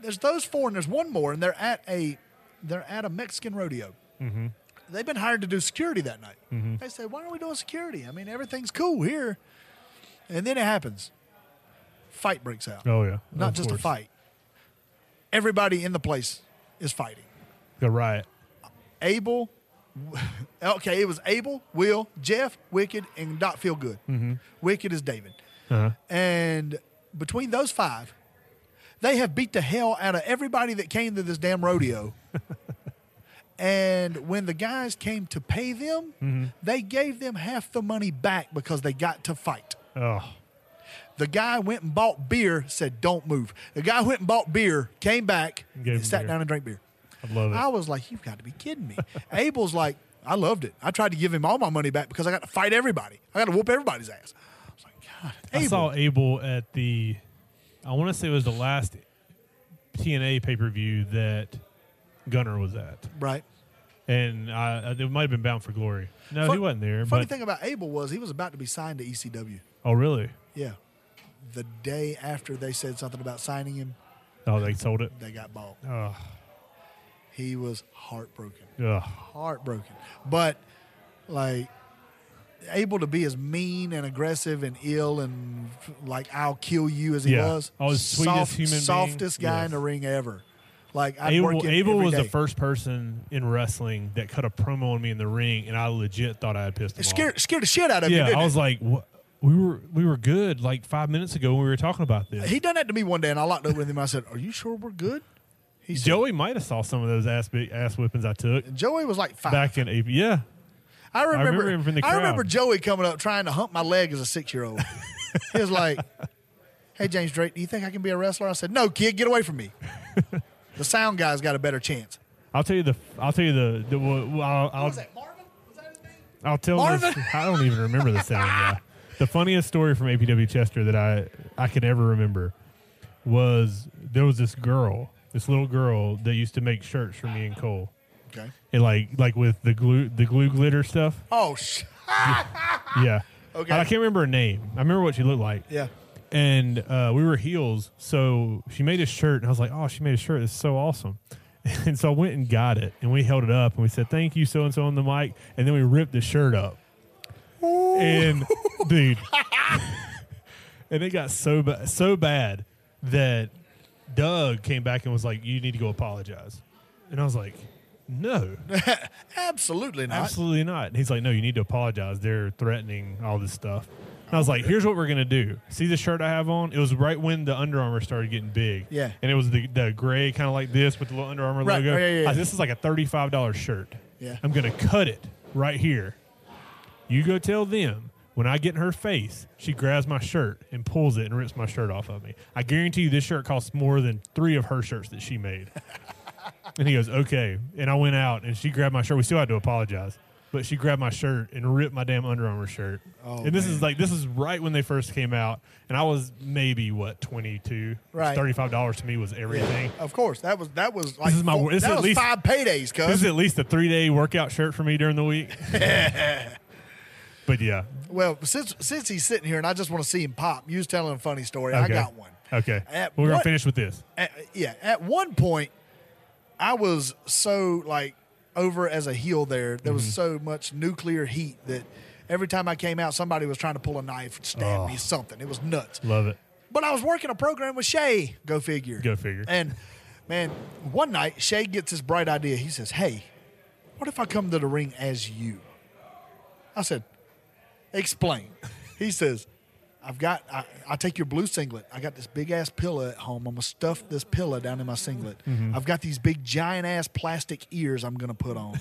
C: there's those four and there's one more, and they're at a they're at a Mexican rodeo.
A: Mm-hmm.
C: They've been hired to do security that night. They said, Why aren't we doing security? I mean, everything's cool here. And then it happens. Fight breaks out.
A: Oh yeah.
C: Not
A: Of
C: just
A: course.
C: a fight. Everybody in the place is fighting.
A: A riot.
C: Abel. *laughs* Okay, it was Abel, Will, Jeff, Wicked, and Doc Feelgood. Wicked is David.
A: Mm-hmm. Uh-huh.
C: And between those five, they have beat the hell out of everybody that came to this
A: *laughs*
C: damn rodeo. and when the guys came to pay them,
A: Mm-hmm.
C: they gave them half the money back because they got to fight.
A: Oh.
C: The guy went and bought beer, said, Don't move. The guy went and bought beer, came back,
A: Gave
C: and
A: him
C: sat
A: beer.
C: down and drank beer.
A: I love it.
C: I was like, you've got to be kidding me. Abel's like, I loved it. I tried to give him all my money back because I got to fight everybody. I got to whoop everybody's ass. I was like, God, Abel.
A: I saw Abel at the, I want to say it was the last TNA pay per view that Gunner was at,
C: right.
A: and I, it might have been Bound for Glory. No, he
C: Fun-
A: wasn't there.
C: Funny
A: but,
C: thing about Abel was he was about to be signed to ECW.
A: Oh really?
C: Yeah. The day after they said something about signing him,
A: Oh, they sold it.
C: they got bought.
A: Oh,
C: He was heartbroken.
A: yeah.
C: Heartbroken. But, like, able to be as mean and aggressive and ill and like I'll kill you as he
A: Yeah.
C: was.
A: Oh, the sweetest human being.
C: softest guy in
A: Yes.
C: the ring ever. Like I work
A: Abel,
C: him
A: Abel
C: every
A: was the
C: day.
A: first person in wrestling that cut a promo on me in the ring, and I legit thought I had pissed him
C: It
A: off.
C: scared scared the shit out of you.
A: Yeah,
C: Didn't
A: I was
C: it?
A: like, what? we were we were good like five minutes ago when we were talking about this.
C: he done that to me one day, and I locked up with him. I said, "Are you sure we're good?" He said,
A: Joey might have saw some of those ass ass whippings I took
C: Joey was like five.
A: back in April. Yeah,
C: I remember. I
A: remember
C: remember,
A: him from the crowd.
C: Joey coming up trying to hump my leg as a six year old. he was like, *laughs* "Hey James Drake, do you think I can be a wrestler?" I said, "No, kid, get away
A: *laughs*
C: from me." the sound guy's got a better chance.
A: I'll tell you the. I'll tell you the. the well, I'll,
C: What
A: I'll,
C: was that Marvin? Was that his name?
A: I'll tell. This,
C: Marvin?
A: I don't even remember the sound
C: *laughs*
A: guy. The funniest story from APW Chester that I I can ever remember was there was this girl, this little girl that used to make shirts for me and Cole,
C: Okay.
A: and like like with the glue the glue glitter
C: *laughs*
A: stuff.
C: Oh, sh-
A: Yeah.
C: Okay.
A: And I can't remember her name. I remember what she looked like.
C: yeah.
A: and uh, we were heels. So she made a shirt, and I was like, "Oh, she made a shirt. It's so awesome." *laughs* And so I went and got it, and we held it up, and we said, "Thank you, so and so on the mic," and then we ripped the shirt up, and dude, and it got so bad, so bad that Doug came back and was like, "You need to go apologize," and I was like, "No."
C: Absolutely not.
A: Absolutely not. And he's like, no, you need to apologize. They're threatening all this stuff. I was like, here's what we're gonna do. See the shirt I have on? It was right when the Under Armour started getting big.
C: Yeah.
A: And it was the, the gray kind of like this with the little Under Armour
C: Right,
A: logo.
C: right, yeah, yeah,
A: I said,
C: yeah.
A: this is like a thirty five dollar shirt.
C: Yeah.
A: I'm gonna cut it right here. You go tell them. When I get in her face, she grabs my shirt and pulls it and rips my shirt off of me. I guarantee you this shirt costs more than three of her shirts that she made. And he goes, okay. And I went out and she grabbed my shirt. We still had to apologize, but she grabbed my shirt and ripped my damn Under Armour shirt.
C: Oh,
A: and this is
C: man.
A: like, this is right when they first came out. And I was maybe, what, 22?
C: Right.
A: $35 to me was everything.
C: Of course, that was that was like
A: is my wor-
C: four,
A: this is
C: that
A: at
C: was
A: least-
C: five
A: This
C: paydays, cuz.
A: is at least a three day workout shirt for me during the
C: *laughs*
A: week. but yeah.
C: Well, since since he's sitting here and I just want to see him pop, you was telling a funny story. I
A: Okay.
C: got one.
A: Okay.
C: At
A: We're going
C: what-
A: to finish with this.
C: at, yeah, at one point, I was so like over as a heel there. There was so much nuclear heat that every time I came out, somebody was trying to pull a knife, stab me, something. It was nuts.
A: Love it.
C: But I was working a program with Shay. Go figure.
A: Go figure.
C: And man, one night Shay gets this bright idea. He says, "Hey, what if I come to the ring as you?" I said, "Explain." *laughs* He says, "I've got. I, I take your blue singlet. I got this big ass pillow at home. I'm gonna stuff this pillow down in my singlet.
A: Mm-hmm.
C: I've got these big giant ass plastic ears. I'm gonna put
A: *laughs*
C: on."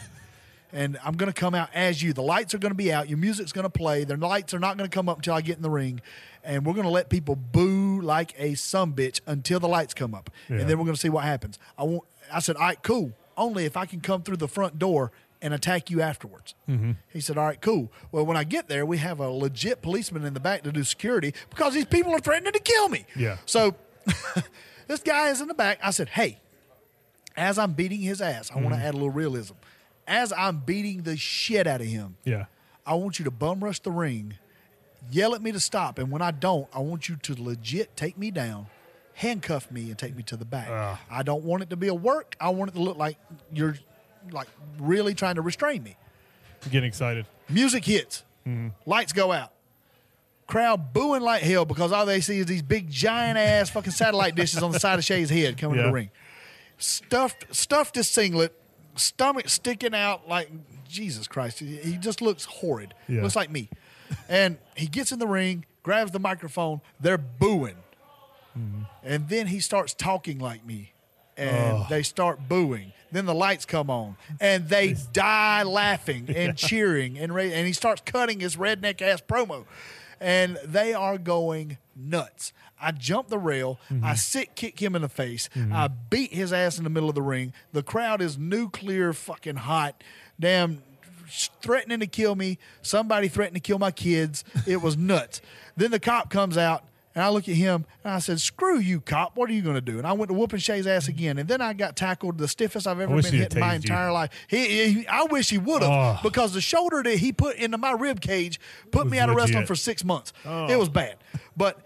C: and I'm going to come out as you. The lights are going to be out. Your music's going to play. The lights are not going to come up until I get in the ring. And we're going to let people boo like a some bitch until the lights come up.
A: Yeah.
C: And then we're going to see what happens. I want, I said, all right, cool. Only if I can come through the front door and attack you afterwards.
A: Mm-hmm.
C: He said, all right, cool. Well, when I get there, we have a legit policeman in the back to do security because these people are threatening to kill me.
A: Yeah.
C: So *laughs* this guy is in the back. I said, hey, as I'm beating his ass, I want to add a little realism. As I'm beating the shit out of him,
A: Yeah.
C: I want you to bum rush the ring, yell at me to stop, and when I don't, I want you to legit take me down, handcuff me, and take me to the back. I don't want it to be a work. I want it to look like you're like really trying to restrain me.
A: Getting excited.
C: Music hits, lights go out. Crowd booing like hell because all they see is these big giant ass fucking satellite dishes on the side of Shay's head coming to
A: Yeah.
C: the ring. Stuffed, stuffed his singlet, stomach sticking out like Jesus Christ. He he just looks horrid.
A: Yeah.
C: Looks like me. And he gets in the ring, grabs the microphone. They're booing, and then he starts talking like me, and they start booing. Then the lights come on, and they die laughing and cheering and ra- and he starts cutting his redneck ass promo, and they are going nuts. I jump the rail, I sit kick him in the face, I beat his ass in the middle of the ring. The crowd is nuclear fucking hot, damn. Threatening to kill me, somebody threatened to kill my kids. It was nuts. *laughs* then the cop comes out and I look at him and I said, "Screw you, cop! What are you going to do?" And I went to whooping Shay's ass again. And then I got tackled the stiffest I've ever
A: wish
C: been
A: he'd
C: hit in my
A: tased you.
C: entire life. He, he- I wish he would have
A: Oh.
C: because the shoulder that he put into my rib cage put me
A: Was
C: out of wrestling
A: legit. Oh.
C: for six months. It was bad, but.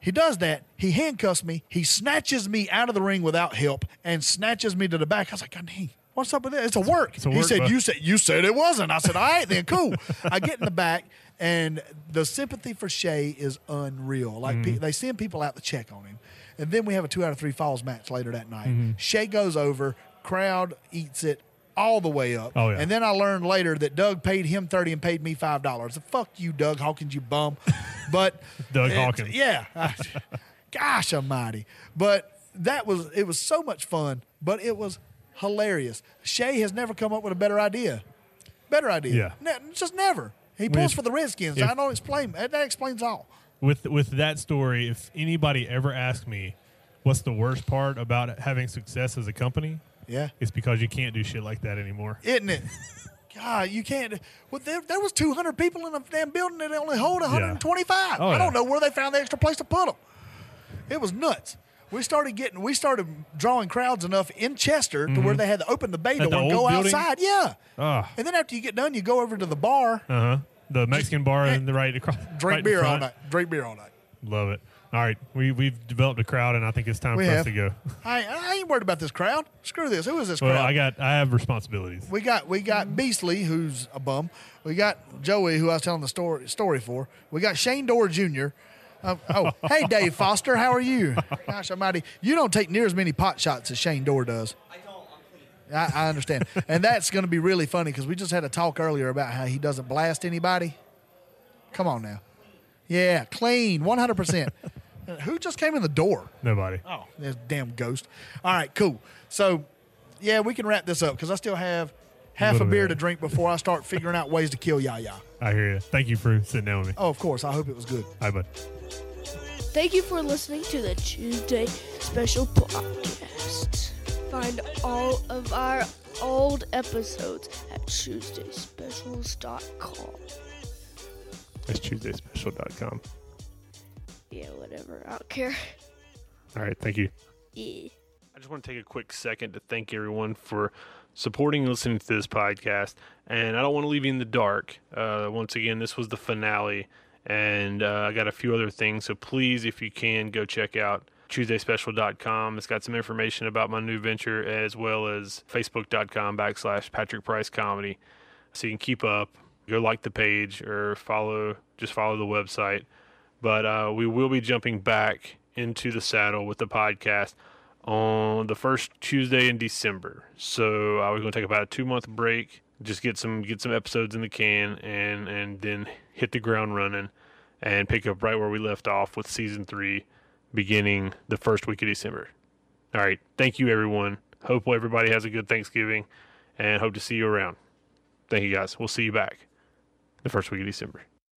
C: He does that. He handcuffs me. He snatches me out of the ring without help and snatches me to the back. I was like, God dang, what's up with that? It's a work.
A: a
C: he
A: work,
C: said,
A: bud.
C: You said you said it wasn't. I said, All right, then cool. I get in the back and the sympathy for Shay is unreal. Like
A: Mm-hmm.
C: pe- they send people out to check on him. And then we have a two out of three falls match later that night.
A: Mm-hmm.
C: Shay goes over, crowd eats it all the way up.
A: Oh, yeah.
C: And then I learned later that Doug paid him 30 and paid me $5. Fuck you, Doug Hawkins,
A: *laughs*
C: you bum. But
A: Doug
C: it's-
A: Hawkins.
C: Yeah. *laughs* Gosh almighty. But that was it was so much fun, but it was hilarious. Shay has never come up with a better idea. Better idea.
A: Yeah.
C: Ne- just never. He
A: mean,
C: pulls
A: if-
C: for the Redskins.
A: if-
C: I don't explain that explains all.
A: with with that story, if anybody ever asked me what's the worst part about having success as a company,
C: Yeah.
A: it's because you can't do shit like that anymore.
C: Isn't it? God, you can't. Well, there, there was 200 people in a damn building that only hold 125.
A: Oh,
C: I
A: yeah.
C: don't know where they found the extra place to put them. It was nuts. We started getting, we started drawing crowds enough in Chester to where they had to open the bay
A: Mm-hmm. At the
C: door and
A: old
C: go
A: building?
C: outside. Yeah.
A: Ah.
C: And then after you get done, you go over to the bar,
A: Uh huh. The Mexican bar and the right across.
C: *laughs* drink
A: right in
C: beer all
A: front.
C: night. Drink beer all night.
A: Love it. All right, we we've developed a crowd, and I think it's time
C: We
A: for
C: have.
A: us to go.
C: I, I ain't worried about this crowd. Screw this. Who is this crowd?
A: Well, I got I have responsibilities.
C: We got we got Beasley, who's a bum. We got Joey, who I was telling the story story for. We got Shane Dorr Jr. Um, oh, hey Dave Foster, how are you? Gosh Almighty, you don't take near as many pot shots as Shane Dorr does. I don't. I'm clean. I, understand, and that's going to be really funny because we just had a talk earlier about how he doesn't blast anybody. Come on now, Yeah, clean, 100%. Who just came in the door?
F: Nobody.
C: Oh, there's a damn ghost. All right, cool. So, yeah, we can wrap this up because I still have half a
F: Little bit.
C: beer to drink before I start figuring out ways to kill Yaya.
F: I hear you. Thank you for sitting down with me.
C: Oh, of course. I hope it was good.
F: Bye, bud.
E: Thank you for listening to the Tuesday Special Podcast. Find all of our old episodes at TuesdaySpecials.com.
A: That's TuesdaySpecial.com.
E: Yeah, whatever. I don't care. *laughs*
A: All right. Thank you.
E: Yeah.
A: I just want to take a quick second to thank everyone for supporting and listening to this podcast. And I don't want to leave you in the dark. Uh, once again, this was the finale, and uh, I got a few other things. So please, if you can, go check out TuesdaySpecial.com. It's got some information about my new venture as well as Facebook.com backslash Patrick Price Comedy. So you can keep up. Go like the page or follow, just follow the website but uh, we will be jumping back into the saddle with the podcast on the first Tuesday in December. So I was going to take about a two month break, just get some get some episodes in the can, and and then hit the ground running, and pick up right where we left off with season three, beginning the first week of December. All right, thank you everyone. Hope everybody has a good Thanksgiving, and hope to see you around. Thank you guys. We'll see you back the first week of December.